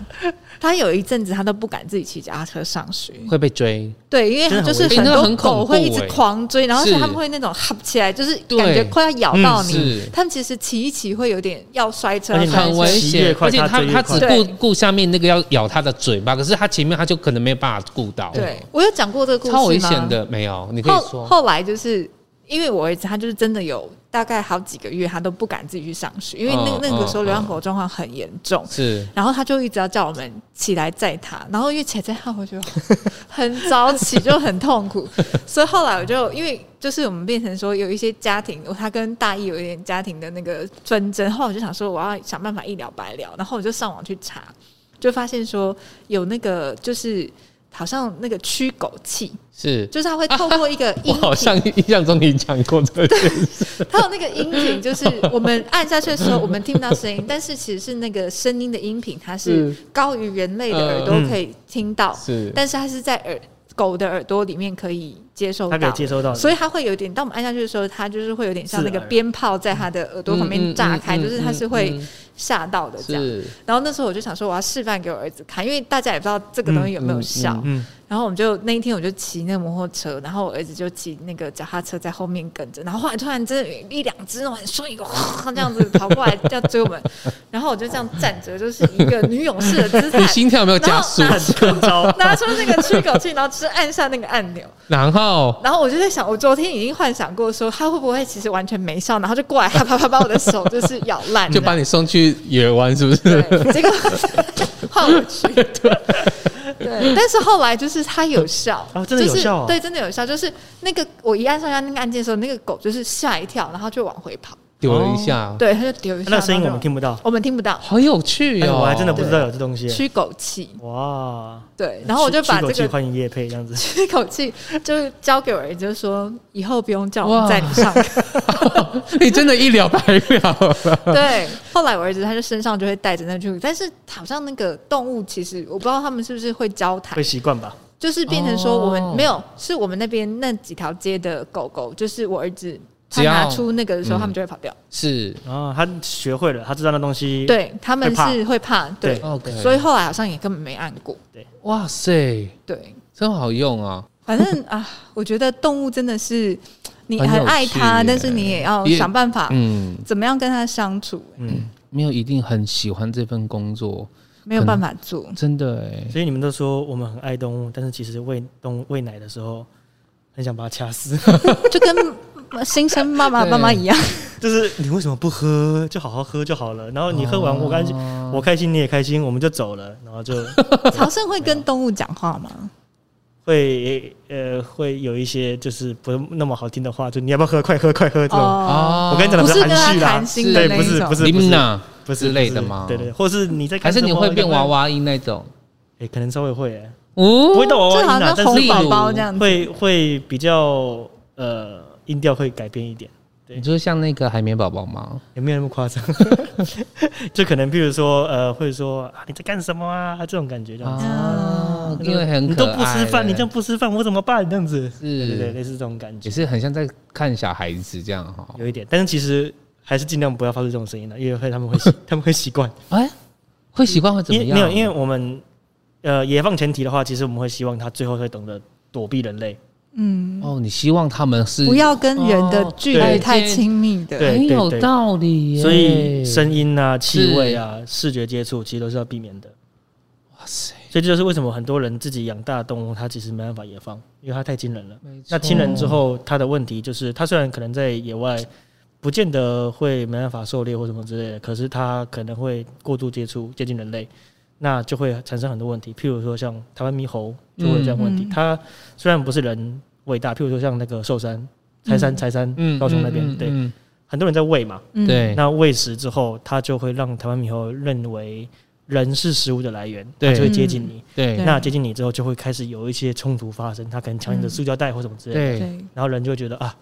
S1: 他有一阵子他都不敢自己骑脚踏车上学，
S2: 会被追，
S1: 对，因为他就是
S2: 真的很危
S1: 多
S2: 险
S1: 狗会一直狂追，然后
S2: 是
S1: 是他们会那种哈起来，就是
S2: 对嗯
S1: 感觉快要咬到你。
S2: 是。
S1: 他们其实骑一骑会有点要摔车，
S4: 而且
S1: 要摔
S2: 很
S1: 车
S2: 危
S4: 骑越
S2: 险，
S4: 快
S2: 而且
S4: 它
S2: 他
S4: 追越
S2: 他只
S1: 快
S2: 顾顾下面那个要咬他的嘴巴，可是他前面他就可能没办法顾到，
S1: 对，我有讲过这个故事吗？
S2: 哦超危险的。没有，你可以
S1: 后
S2: 说
S1: 后来就是因为我儿子，他就是真的有大概好几个月，他都不敢自己去上学，因为那
S2: 嗯
S1: 那个时候
S2: 嗯
S1: 流浪狗状况很严重。
S2: 是
S1: 然后他就一直要叫我们起来载他，然后因为起来载他，我就 很早起就很痛 苦，所以后来我就因为就是我们变成说有一些家庭，他跟大一有一点家庭的那个纷争，后来我就想说我要想办法一了百了，然后我就上网去查，就发现说有那个就是好像那个驱狗器，
S2: 是，
S1: 就是他会透过一个
S2: 我
S1: 音
S2: 好
S1: 频
S2: 像印象中你讲过这个，
S1: 它有那个音频，就是我们按下去的时候，我们听不到声音，但是其实是那个声音的音频，它是高于人类的耳朵
S4: 嗯
S1: 可以听到，
S2: 是
S1: 但是它是在耳狗的耳朵里面可以接收
S4: 它可以
S1: 到。
S4: 接收到，啊
S1: 所以它会有点，当我们按下去的时候，它就是会有点像那个
S4: 刺耳
S1: 鞭炮在它的耳朵旁边炸开，
S2: 嗯嗯嗯
S1: 就是它是会
S2: 嗯嗯
S1: 吓到的这样。
S2: 是
S1: 然后那时候我就想说，我要示范给我儿子看，因为大家也不知道这个东西有没有效。
S4: 嗯，
S1: 然后我们就那一天我就骑那个摩托车，然后我儿子就骑那个脚踏车在后面跟着，然后后来突然真的有一两只那种很凶一个 哗这样子跑过来要追我们，然后我就这样站着，就是一个女勇士的姿态
S2: 你，心跳有没有加
S1: 然
S2: 速
S1: 后？拿出
S4: 更糟。
S1: 拿出那个驱狗器，然后就是按下那个按钮，
S2: 然后
S1: 然后我就在想，我昨天已经幻想过说他会不会其实完全没效，然后就过来啪啪啪把我的手就是咬烂，
S2: 就把你送去野湾，是不 是？
S1: 对，结果换我去。对，但是后来就是它有效，
S4: 哦真的有效哦
S1: 就是，对，真的有效。就是那个我一按上下那个按键的时候，那个狗就是吓一跳，然后就往回跑，
S2: 丢了一下，
S1: 对，它就丢一下。
S4: 哦那声音我
S1: 然后
S4: 们
S1: 就往，
S4: 听不到，
S1: 我们听不到，
S2: 好有趣
S4: 但
S2: 哦！
S4: 是哎我还真的不知道有这东西。
S1: 驱狗器。
S4: 哇！
S1: 对，然后我就把
S4: 驱狗
S1: 这
S4: 器
S1: 个
S4: 欢迎叶配这样子，
S1: 驱狗器就交给我儿子，就说以后不用叫我们载你 上课。
S2: 你真的一了百了。
S1: 对，后来我儿子他就身上就会带着那驱，但是好像那个动物其实我不知道他们是不是会交谈
S4: 会，习惯吧？
S1: 就是变成说我们
S2: 哦
S1: 没有，是我们那边那几条街的狗狗，就是我儿子他
S2: 只要
S1: 拿出那个的时候，
S2: 嗯
S1: 他们就会跑掉。
S2: 是
S4: 然后他学会了，他知道那东西，
S1: 对，他们是会怕，对，
S2: OK，
S1: 所以后来好像也根本没按过。
S2: 哇塞，
S1: 对，
S2: 真好用啊！
S1: 反正啊，我觉得动物真的是你
S2: 很有
S1: 很爱它，
S2: 趣耶
S1: 但是你也要
S2: 也
S1: 想办
S4: 啊
S1: 法
S2: 嗯，
S1: 怎么样跟它相处，
S4: 嗯，
S2: 没有一定很喜欢这份工作，
S1: 没有办法做。
S2: 真的哎，
S4: 所以你们都说我们很爱动物，但是其实喂动物喂奶的时候，很想把它掐死，
S1: 就跟新生妈妈
S2: 对
S1: 爸妈一样，
S4: 就是你为什么不喝？就好好喝就好了。然后你喝完，我开心，
S2: 哦
S4: 我开心，你也开心，我们就走了。然后就
S1: 朝圣会跟动物讲话吗？
S4: 会呃会有一些就是不那么好听的话，就你要不要喝？快喝，快喝这种。
S1: 哦，
S2: 啊
S4: 我跟你讲的
S1: 不
S4: 是
S1: 是跟
S4: 含
S1: 他
S4: 蓄啦
S1: 谈，心的
S4: 对
S1: 那
S4: 不是
S1: 一种
S4: 不是
S2: 林娜
S4: 不是
S2: 之类的吗
S4: 不是对对，或是你在
S2: 还
S4: 看
S2: 是你
S4: 什么
S2: 会变娃？娃音那种？
S4: 哎、可能稍微会、欸，
S2: 哦，
S4: 不会到娃娃
S1: 就
S4: 音
S1: 好
S4: 啊
S1: 像，
S4: 但
S1: 红
S4: 是
S1: 宝宝这样子。
S4: 会会比较呃音调会改变一点，
S2: 你说像那个海绵宝宝吗？
S4: 也没有那么夸张， 就可能譬如说呃会说啊你在干什么啊这种感觉这样子，
S2: 啊，因为很
S4: 你
S2: 可
S4: 都
S2: 爱
S4: 不吃饭，你这样不吃饭我怎么办这样子，对对对，
S2: 是
S4: 类似这种感觉
S2: 也是很像在看小孩子这样哈。
S4: 有一点，但是其实。还是尽量不要发出这种声音了，因为会他们会 习他们会习惯。
S2: 哎，会习惯会怎
S4: 因
S2: 么样？
S4: 为没有，因为我们呃野放前提的话，其实我们会希望他最后会懂得躲避人类。
S1: 嗯，
S2: 哦，你希望他们是
S1: 不要跟人的
S2: 哦
S1: 距离
S2: 对
S1: 太亲密的。
S4: 对
S2: 很有道理耶。
S4: 所以声音啊、气味啊、视觉接触，其实都是要避免的。
S2: 哇塞，
S4: 所以这就是为什么很多人自己养大的动物，它其实没办法野放，因为它太亲人了。
S2: 没错
S4: 那亲人之，
S1: 哦
S4: 后，它的问题就是，它虽然可能在野外，不见得会没办法狩猎或什么之类的，可是它可能会过度接触、接近人类，那就会产生很多问题。譬如说，像台湾猕猴就会有这样的问题。
S1: 嗯
S4: 它虽然不是人喂大，譬如说像那个寿山、柴山、
S1: 嗯
S4: 柴山、高雄那边，对，
S2: 嗯
S4: 很多人在喂嘛，
S1: 嗯
S2: 对
S4: 那喂食之后，它就会让台湾猕猴认为人是食物的来源，
S2: 对
S4: 它就会接近你。
S1: 嗯
S2: 对
S1: 对
S4: 那接近你之后，就会开始有一些冲突发生，它可能抢
S1: 嗯
S4: 你的塑胶袋或什么之类
S2: 对，
S4: 的，
S1: 对，
S4: 然后人就会觉得啊，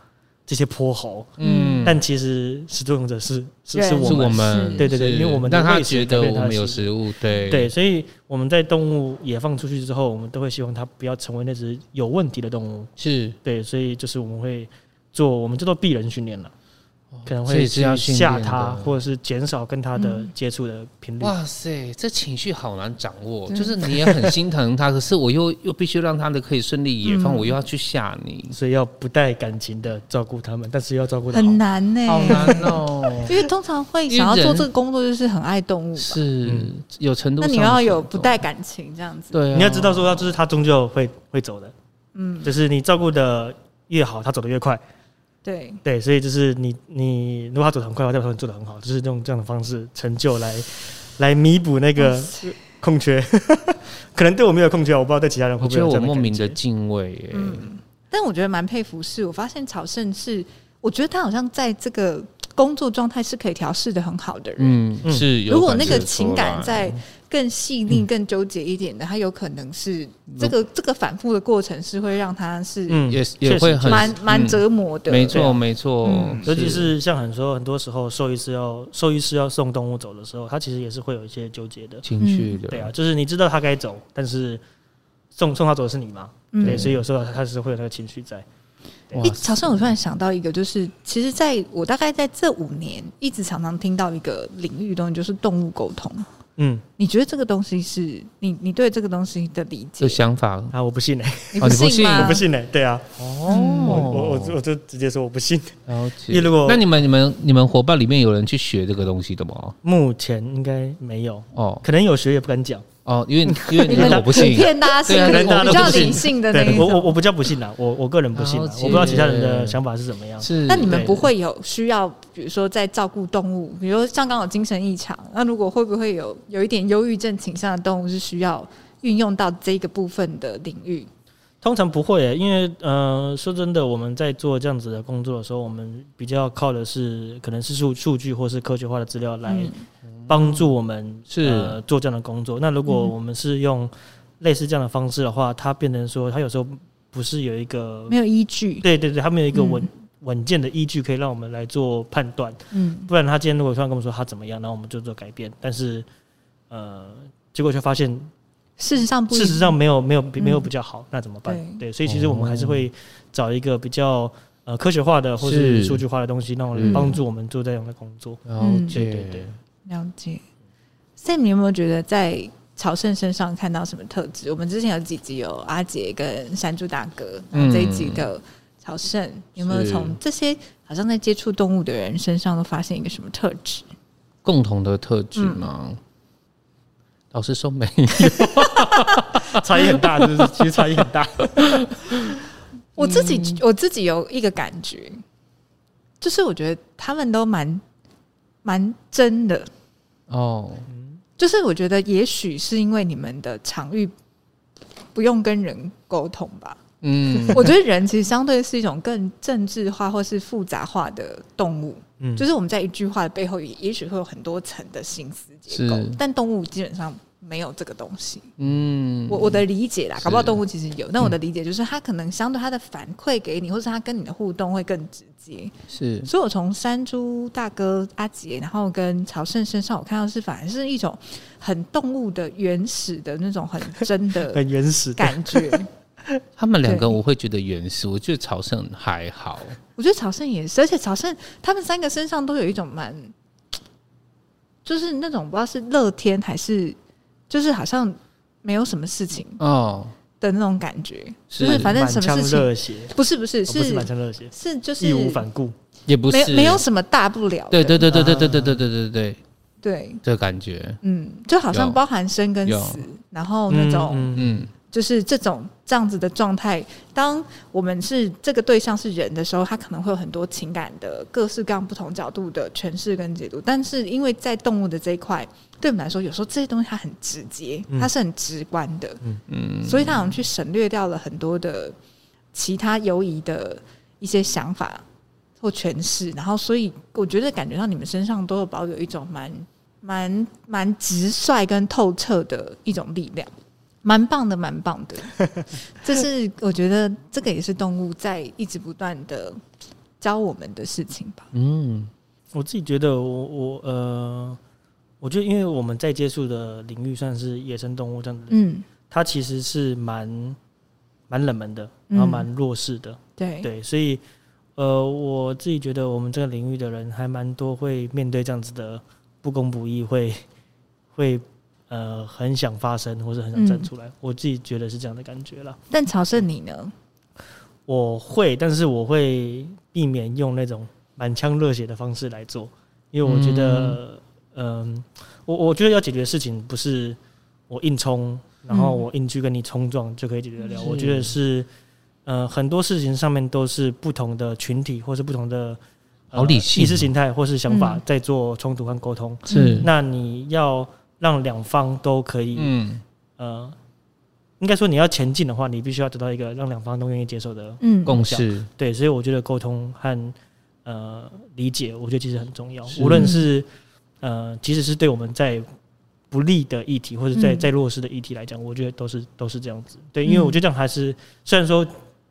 S4: 这些泼猴。
S2: 嗯，
S4: 但其实始作俑者是是
S1: 人
S4: 是我
S2: 是我
S4: 们，
S2: 们，
S1: 是
S4: 对对对
S2: 是
S4: 因为我们的
S2: 让他
S4: 喂食
S2: 觉得
S4: 改变
S2: 我
S4: 他的
S2: 们有
S4: 习
S2: 食物，对
S4: 对，，所以我们在动物野放出去之后，我们都会希望它不要成为那只有问题的动物，
S2: 是，
S4: 对，所以就是我们会做，我们叫做避人训练了，可
S2: 这
S4: 能会
S2: 也哦是要
S4: 去
S2: 训练
S4: 吓它，
S2: 的
S4: 或者是减少跟它的
S1: 嗯
S4: 接触的频率。
S2: 哇塞，这情绪好难掌握，
S1: 对
S2: 就是你也很心疼他，可是我又又必须让他的可以顺利野放，
S1: 嗯
S2: 我又要去吓你，
S4: 所以要不带感情的照顾他们，但是又要照顾的好
S1: 很。难呢、
S2: 好难哦。
S1: 因为通常会想要做这个工作，就是很爱动物吧。
S2: 是
S4: 嗯
S2: 有程度
S1: 那
S2: 上的
S1: 你
S2: 手段，
S1: 要有不带感情这样子，
S2: 对啊，
S4: 你要知道说，这是他终究会会走的，
S1: 嗯，
S4: 就是你照顾的越好，他走的越快。
S1: 对，
S4: 对，所以就是你你如果他走的很快，代表说你做的很好，就是用这样的方式成就来来弥补那
S1: 哦
S4: 个
S2: 嗯
S4: 空缺。 可能对我没有空缺，我不知道对其他人会
S2: 我
S4: 不
S2: 觉
S4: 会
S2: 得
S4: 有这
S2: 我
S4: 样的
S2: 莫
S4: 感
S2: 名
S4: 觉
S2: 的敬畏耶，
S1: 嗯，但我觉得蛮佩服是，我发现朝圣是，我觉得他好像在这个工作状态是可以调试的很好的人。
S2: 嗯，
S4: 嗯
S2: 是嗯有
S1: 如果
S2: 感
S1: 那
S2: 觉
S1: 个
S2: 出
S1: 情感
S2: 来
S1: 再更细腻、更纠结一点的，他有可能是这
S2: 嗯
S1: 个这个反复的过程是会让他是
S4: 嗯
S2: 也
S4: 确
S2: 也
S4: 实
S2: 会很
S1: 蛮蛮
S2: 嗯
S1: 折磨的。
S2: 没
S4: 对
S2: 错
S4: 啊
S2: 没错
S1: 嗯，
S4: 尤其是像很多很多时候，兽医师要兽医师要送动物走的时候，他其实也是会有一些纠结的。
S2: 情绪
S1: 嗯
S2: 的，
S4: 对啊，就是你知道他该走，但是送送他走的是你嘛？
S1: 嗯
S4: 对，所以有时候他是会有那个情绪在。
S2: 哇
S1: 一朝圣，我突然想到一个，就是其实在我大概在这五年，一直常常听到一个领域的东西，就是动物沟通。
S4: 嗯，
S1: 你觉得这个东西是你你对这个东西的理解
S2: 有？想法
S4: 啊，我不信哎、
S1: 你
S2: 哦你不
S1: 信
S2: 信
S1: 吗？
S4: 我不信哎、对啊，
S1: 嗯
S4: 我我我我就直接说我不信。
S2: 了
S4: 因为
S2: 解。
S4: 如果
S2: 哦那你们你们你们伙伴里面有人去学这个东西的吗？
S4: 目前应该没有，
S2: 哦
S4: 可能有学也不敢讲。
S2: 哦，因为因为
S1: 你
S2: 你们
S1: 们
S2: 我不信
S1: 普，遍大家信
S2: 对啊
S1: 那
S2: 可能大
S1: 种比
S2: 家都
S1: 较
S2: 不信
S1: 理性的那一
S4: 对我我
S1: 种。
S4: 我不叫不信啦，我我个人不信啦，
S2: 了解
S4: 我不知道其他人的想法是怎么样。
S2: 是
S1: 那你们
S4: 对
S1: 不会有需要，比如说在照顾动物，比如说像刚好精神异常，那如果会不会有有一点忧郁症倾向的动物是需要运用到这个部分的领域？
S4: 通常不会欸、因为呃，说真的，我们在做这样子的工作的时候，我们比较靠的是可能是数数据或是科学化的资料来
S1: 嗯
S4: 帮助我们
S2: 是
S4: 呃做这样的工作。那如果
S1: 嗯
S4: 我们是用类似这样的方式的话，它变成说它有时候不是有一个
S1: 没有依据。
S4: 对对对，它没有一个稳、
S1: 嗯
S4: 稳健的依据可以让我们来做判断。
S1: 嗯，
S4: 不然他今天如果突然跟我们说他怎么样，然后我们就做改变，但是呃，结果却发现
S1: 事实上不一定，
S4: 事实上没有没有比
S1: 嗯
S4: 没有比较好，那怎么办？对，所以其实我们还是会找一个比较呃科学化的或是
S2: 是
S4: 数据化的东西，让我
S2: 嗯
S4: 们帮助我们做这样的工作。
S2: 了
S1: 嗯
S2: 解，
S4: 对对对
S1: 了解。Sam，你有没有觉得在朝圣身上看到什么特质？我们之前有几集有阿杰跟山猪大哥，然后这一集的朝圣，有没有
S2: 是
S1: 从这些好像在接触动物的人身上都发现一个什么特质？
S2: 共同的特质吗？老实说没有，
S4: 嗯 差异很大，就是其实差异很大。
S1: 我自己、我自己有一个感觉，就是我觉得他们都蛮蛮真的，
S2: 哦，
S1: 就是我觉得也许是因为你们的场域不用跟人沟通吧。
S2: 嗯，
S1: 我觉得人其实相对是一种更政治化或是复杂化的动物，
S4: 嗯，
S1: 就是我们在一句话的背后也也许会有很多层的心思结构
S2: 是，
S1: 但动物基本上没有这个东西。
S2: 嗯，
S1: 我我的理解啦，
S2: 是
S1: 搞不好动物其实有，但我的理解就是它可能相对它的反馈给你，或是它跟你的互动会更直接。
S2: 是
S1: 所以我从山猪大哥阿杰，然后跟朝圣身上，我看到是反而是一种很动物的原始的那种很真 的
S4: 很原始的。
S1: 感觉。
S2: 他们两
S1: 对
S2: 个我会觉得原始，我觉得朝圣还好，
S1: 我觉得朝圣也是，而且朝圣他们三个身上都有一种蛮，就是那种不知道是乐天还是，就是好像没有什么事情
S2: 哦，
S1: 的那种感觉，
S2: 是
S1: 就是反正什么
S4: 满
S1: 事
S4: 腔
S1: 情
S4: 热血，
S1: 不是不是
S4: 哦不是
S1: 是
S4: 满腔热血，
S1: 是就是
S4: 义无反顾。
S2: 也不
S1: 没有
S2: 是
S1: 没有什么大不了的，
S2: 对对对对对对对
S4: 啊
S2: 对对对对，
S1: 对，
S2: 这个感觉，
S1: 嗯，就好像
S2: 有
S1: 包含生跟
S2: 有
S1: 死，然后哦那种。
S4: 嗯，嗯
S2: 嗯，
S1: 就是这种这样子的状态。当我们是这个对象是人的时候，他可能会有很多情感的各式各样不同角度的诠释跟解读。但是因为在动物的这一块，对我们来说，有时候这些东西它很直接，
S4: 嗯
S1: 它是很直观的，嗯嗯，所以它好像去省略掉了很多的其他游移的一些想法或诠释。然后，所以我觉得感觉到你们身上都有保有一种蛮。蛮蛮直率跟透彻的一种力量，蛮棒的，蛮棒的。 这是我觉得这个也是动物在一直不断的教我们的事情吧。
S2: 嗯，
S4: 我自己觉得我我呃，我觉得因为我们在接触的领域算是野生动物这样子，
S1: 嗯，
S4: 它其实是蛮蛮冷门的，然后蛮弱势的，
S1: 对，
S4: 对，所以呃，我自己觉得我们这个领域的人还蛮多会面对这样子的不公不义，会会呃很想发声，或者很想站
S1: 嗯
S4: 出来。我自己觉得是这样的感觉啦。
S1: 但朝圣你呢？
S4: 我会，但是我会避免用那种满腔热血的方式来做，因为我觉得，嗯，我我觉得要解决事情不是我硬冲，然后
S1: 嗯
S4: 我硬去跟你冲撞就可以解决得了。
S2: 嗯是
S4: 我觉得是，呃，很多事情上面都是不同的群体或是不同的。呃
S2: 好理性
S4: 意识形态或是想法
S1: 嗯
S4: 在做冲突和沟通，
S2: 是，
S4: 那你要让两方都可以
S2: 嗯，
S4: 呃，应该说你要前进的话，你必须要得到一个让两方都愿意接受的。
S1: 嗯，
S2: 共识，
S4: 对，所以我觉得沟通和呃理解，我觉得其实很重要。
S2: 是
S4: 无论是呃，即使是对我们在不利的议题，或者在
S1: 嗯
S4: 在弱势的议题来讲，我觉得都是都是这样子。对，因为我觉得这样还是虽然说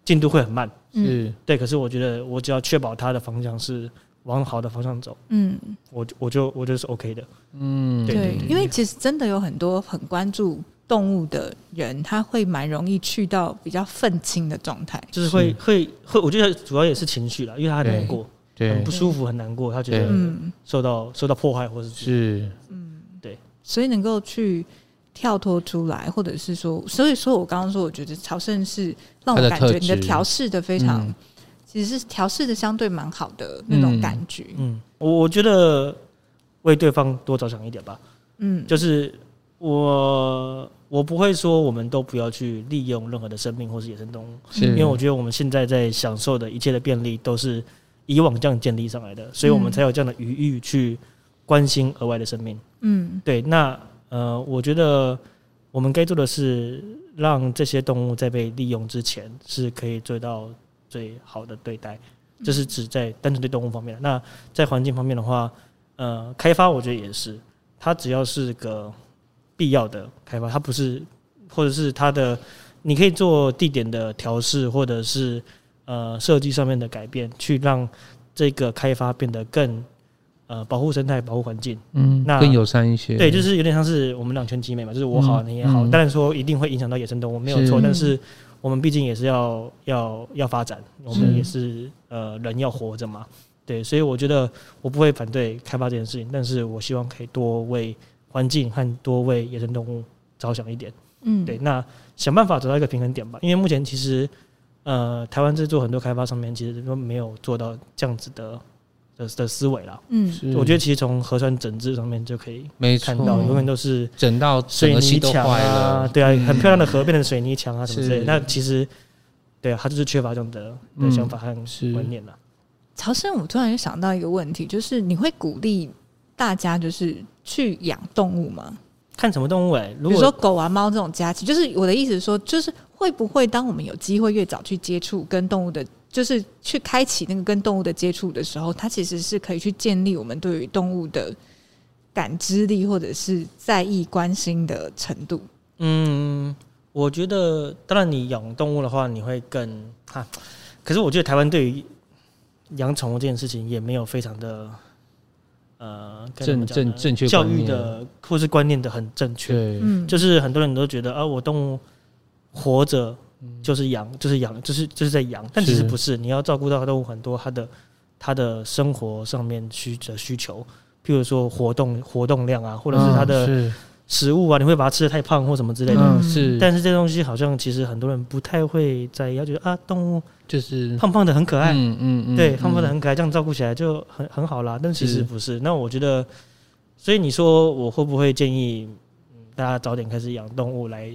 S4: 进度会很慢，
S1: 嗯
S2: 是，
S4: 对，可是我觉得我只要确保它的方向是往好的方向走，
S1: 嗯，
S4: 我就我就我觉得是 OK 的。
S2: 嗯，
S4: 对
S1: 对，因为其实真的有很多很关注动物的人，他会蛮容易去到比较愤青的状态。
S4: 就是会
S2: 是
S4: 会会，我觉得主要也是情绪啦，因为他很难
S2: 对
S4: 过，很
S2: 对
S4: 不，舒服，很难过，他觉
S2: 对
S4: 得
S1: 嗯，
S4: 受到受到迫害或是什么
S2: 是，
S1: 所以能够去。跳脱出来，或者是说，所以说我刚刚说，我觉得朝圣是让我
S2: 它的
S1: 感觉
S2: 特
S1: 你的
S2: 质
S1: 调试的非常，
S2: 嗯
S1: 其实是调试的相对蛮好的那种
S2: 嗯
S1: 感觉。
S4: 嗯，我我觉得为对方多着想一点吧，
S1: 嗯，
S4: 就是我我不会说我们都不要去利用任何的生命或是野生动物，
S1: 嗯
S2: 是，
S4: 因为我觉得我们现在在享受的一切的便利都是以往这样建立上来的，所以我们
S1: 嗯
S4: 才有这样的余裕去关心额外的生命。
S1: 嗯
S4: 对，那呃，我觉得我们该做的是让这些动物在被利用之前是可以做到最好的对待，这是指在单纯对动物方面。那在环境方面的话，呃，开发我觉得也是，它只要是个必要的开发，它不是或者是它的，你可以做地点的调试，或者是呃设计上面的改变，去让这个开发变得更呃保护生态、保护环境。
S2: 嗯，
S4: 那
S2: 更友善一些。
S4: 对，就是有点像是我们两全其美嘛，就是我好
S2: 嗯
S4: 你也好。
S2: 嗯
S4: 当然说一定会影响到野生动物，没有
S2: 是
S4: 错，但
S1: 嗯
S4: 是我们毕竟也是要要要发展，我们
S1: 是
S4: 也是呃人要活着嘛。对，所以我觉得我不会反对开发这件事情，但是我希望可以多为环境和多为野生动物着想一点。
S1: 嗯，
S4: 对，那想办法找到一个平衡点吧。因为目前其实，呃，台湾在做很多开发上面，其实都没有做到这样子的的的思维啦。
S1: 嗯，
S2: 是
S4: 我觉得其实从核酸整治上面就可以
S2: 没
S4: 看
S2: 错，
S4: 到，
S1: 嗯
S4: 永远都是
S2: 整到整
S4: 水
S2: 个
S4: 泥
S2: 心都
S4: 墙
S2: 坏
S4: 啊
S2: 了，，嗯
S4: 对啊，很漂亮的河变成水泥墙啊什么之类
S2: 是
S4: 的。那其实，对啊，他就是缺乏这种的的
S2: 嗯
S4: 想法和
S2: 是
S4: 观念啦。
S1: 朝生，我突然就想到一个问题，就是你会鼓励大家就是去养动物吗？
S4: 看什么动物哎、
S1: 比
S4: 如
S1: 如说
S4: 果
S1: 狗啊、猫这种家禽，就是我的意思是说，就是会不会当我们有机会越早去接触跟动物的，就是去开启那个跟动物的接触的时候，它其实是可以去建立我们对于动物的感知力，或者是在意、关心的程度。
S4: 嗯，我觉得当然你养动物的话，你会更啊，可是我觉得台湾对于养宠物这件事情也没有非常的呃该怎么
S2: 正
S4: 讲呢
S2: 正正确
S4: 教
S2: 观念
S4: 育的或是观念的很正确，
S2: 对，
S1: 嗯，
S4: 就是很多人都觉得啊，我动物活着就是养，就是养，就是就是在养，但其实
S2: 是
S4: 不是，你要照顾到动物很多它的它的生活上面需的需求，譬如说活动活动量啊，或者是它的
S2: 嗯
S4: 食物啊，你会把它吃的太胖或什么之类
S2: 是
S4: 的。
S2: 嗯
S1: 嗯
S2: 是，
S4: 但是这东西好像其实很多人不太会在意，他觉得啊，动物
S2: 就是
S4: 胖胖的很可爱，
S2: 嗯嗯嗯，
S4: 对，
S2: 嗯
S4: 胖胖的很可爱，这样照顾起来就很很好啦。但其
S2: 是
S4: 实不是。那我觉得，所以你说我会不会建议嗯大家早点开始养动物来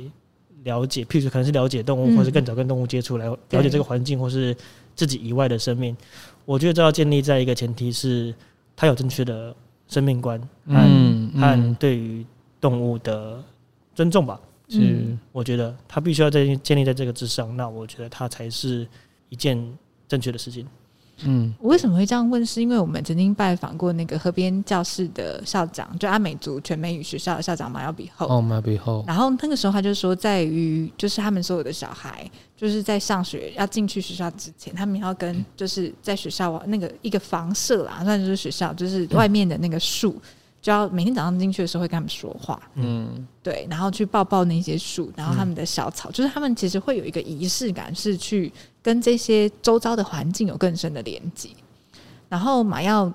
S4: 了解，譬如说可能是了解动物，
S1: 嗯
S4: 或是更早跟动物接触，来了解这个环境或是自己以外的生命。我觉得这要建立在一个前提是，他有正确的生命观和、
S2: 嗯
S4: 和
S2: 嗯
S4: 对于动物的尊重吧。
S1: 嗯
S2: 是
S4: 我觉得他必须要在建立在这个之上，那我觉得他才是一件正确的事情。
S2: 嗯
S1: 我为什么会这样问？是因为我们曾经拜访过那个河边教室的校长，就阿美族全美语学校的校长马耀比后。
S2: 哦，马背后
S1: 然后那个时候他就说，在于就是他们所有的小孩，就是在上学要进去学校之前，他们要跟就是在学校那个一个房舍啦，算就是学校，就是外面的那个树，就要每天早上进去的时候会跟他们说话，
S2: 嗯
S1: 对，然后去抱抱那些树，然后他们的小草，就是他们其实会有一个仪式感，是去跟这些周遭的环境有更深的连接。然后马耀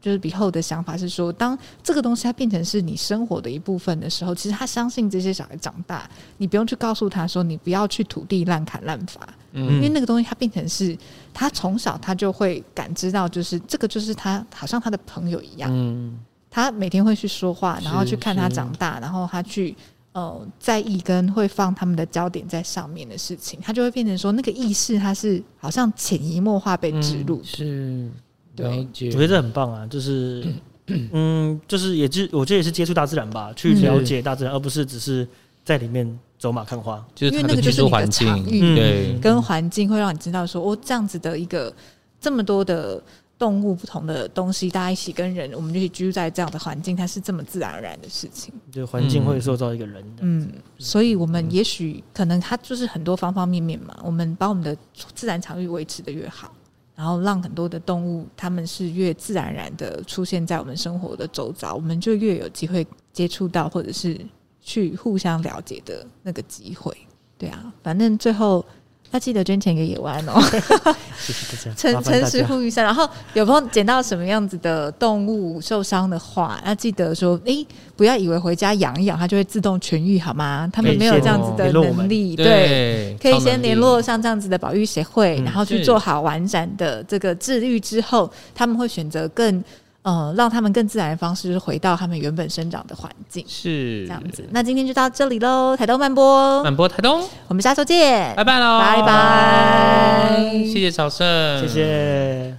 S1: 就是比后的想法是说，当这个东西它变成是你生活的一部分的时候，其实他相信这些小孩长大，你不用去告诉他说你不要去土地滥砍滥伐，因为
S2: 嗯
S1: 那个东西它变成是他从小他就会感知到，就是这个就是他好像他的朋友一样。
S2: 嗯
S1: 他每天会去说话，
S2: 是
S1: 然后去看他长大，然后他去呃在意跟会放他们的焦点在上面的事情，他就会变成说那个意识它是好像潜移默化被植入的。
S2: 嗯是
S1: 对
S2: 了解，
S4: 我觉得这很棒啊，就是，嗯，就是也是我觉得也是接触大自然吧，去
S1: 嗯
S4: 了解大自然，而不是只是在里面走马看花。
S2: 就
S1: 因
S2: 是
S1: 为
S2: 它
S1: 那个
S2: 的
S1: 就
S2: 居
S1: 是你
S2: 住
S1: 的
S2: 环
S1: 场
S2: 境，
S1: 域
S2: 对，
S1: 跟环境会让你知道说，哦，这样子的一个这么多的动物、不同的东西，大家一起跟人，我们就一起居住在这样的环境，它是这么自然而然的事情。
S4: 就环境会塑造一个人的。
S1: 嗯，所以我们也许可能它就是很多方方面面嘛，我们把我们的自然场域维持的越好，然后让很多的动物它们是越自然而然的出现在我们生活的周遭，我们就越有机会接触到或者是去互相了解的那个机会。对啊，反正最后。要记得捐钱给野湾哦，
S4: 谢谢大家，麻
S1: 诚
S4: 烦
S1: 诚
S4: 大
S1: 实
S4: 家。
S1: 呼吁一下。然后有朋友捡到什么样子的动物受伤的话，要记得说，诶、不要以为回家养一养它就会自动痊愈，好吗？他们没有这样子的能力，对。
S2: 对，
S1: 可以
S2: 超
S1: 先
S2: 能
S1: 联
S2: 力
S1: 络像这样子的保育协会，
S4: 嗯
S1: 然后去
S2: 是
S1: 做好完整的这个治愈之后，他们会选择更呃让他们更自然的方式，就是回到他们原本生长的环境，
S2: 是
S1: 这样子。那今天就到这里喽，台东慢播，
S4: 嗯
S2: 满播台东，
S1: 我们下周见，
S2: 拜拜喽，
S1: 拜拜
S2: 谢谢早盛，
S4: 谢谢。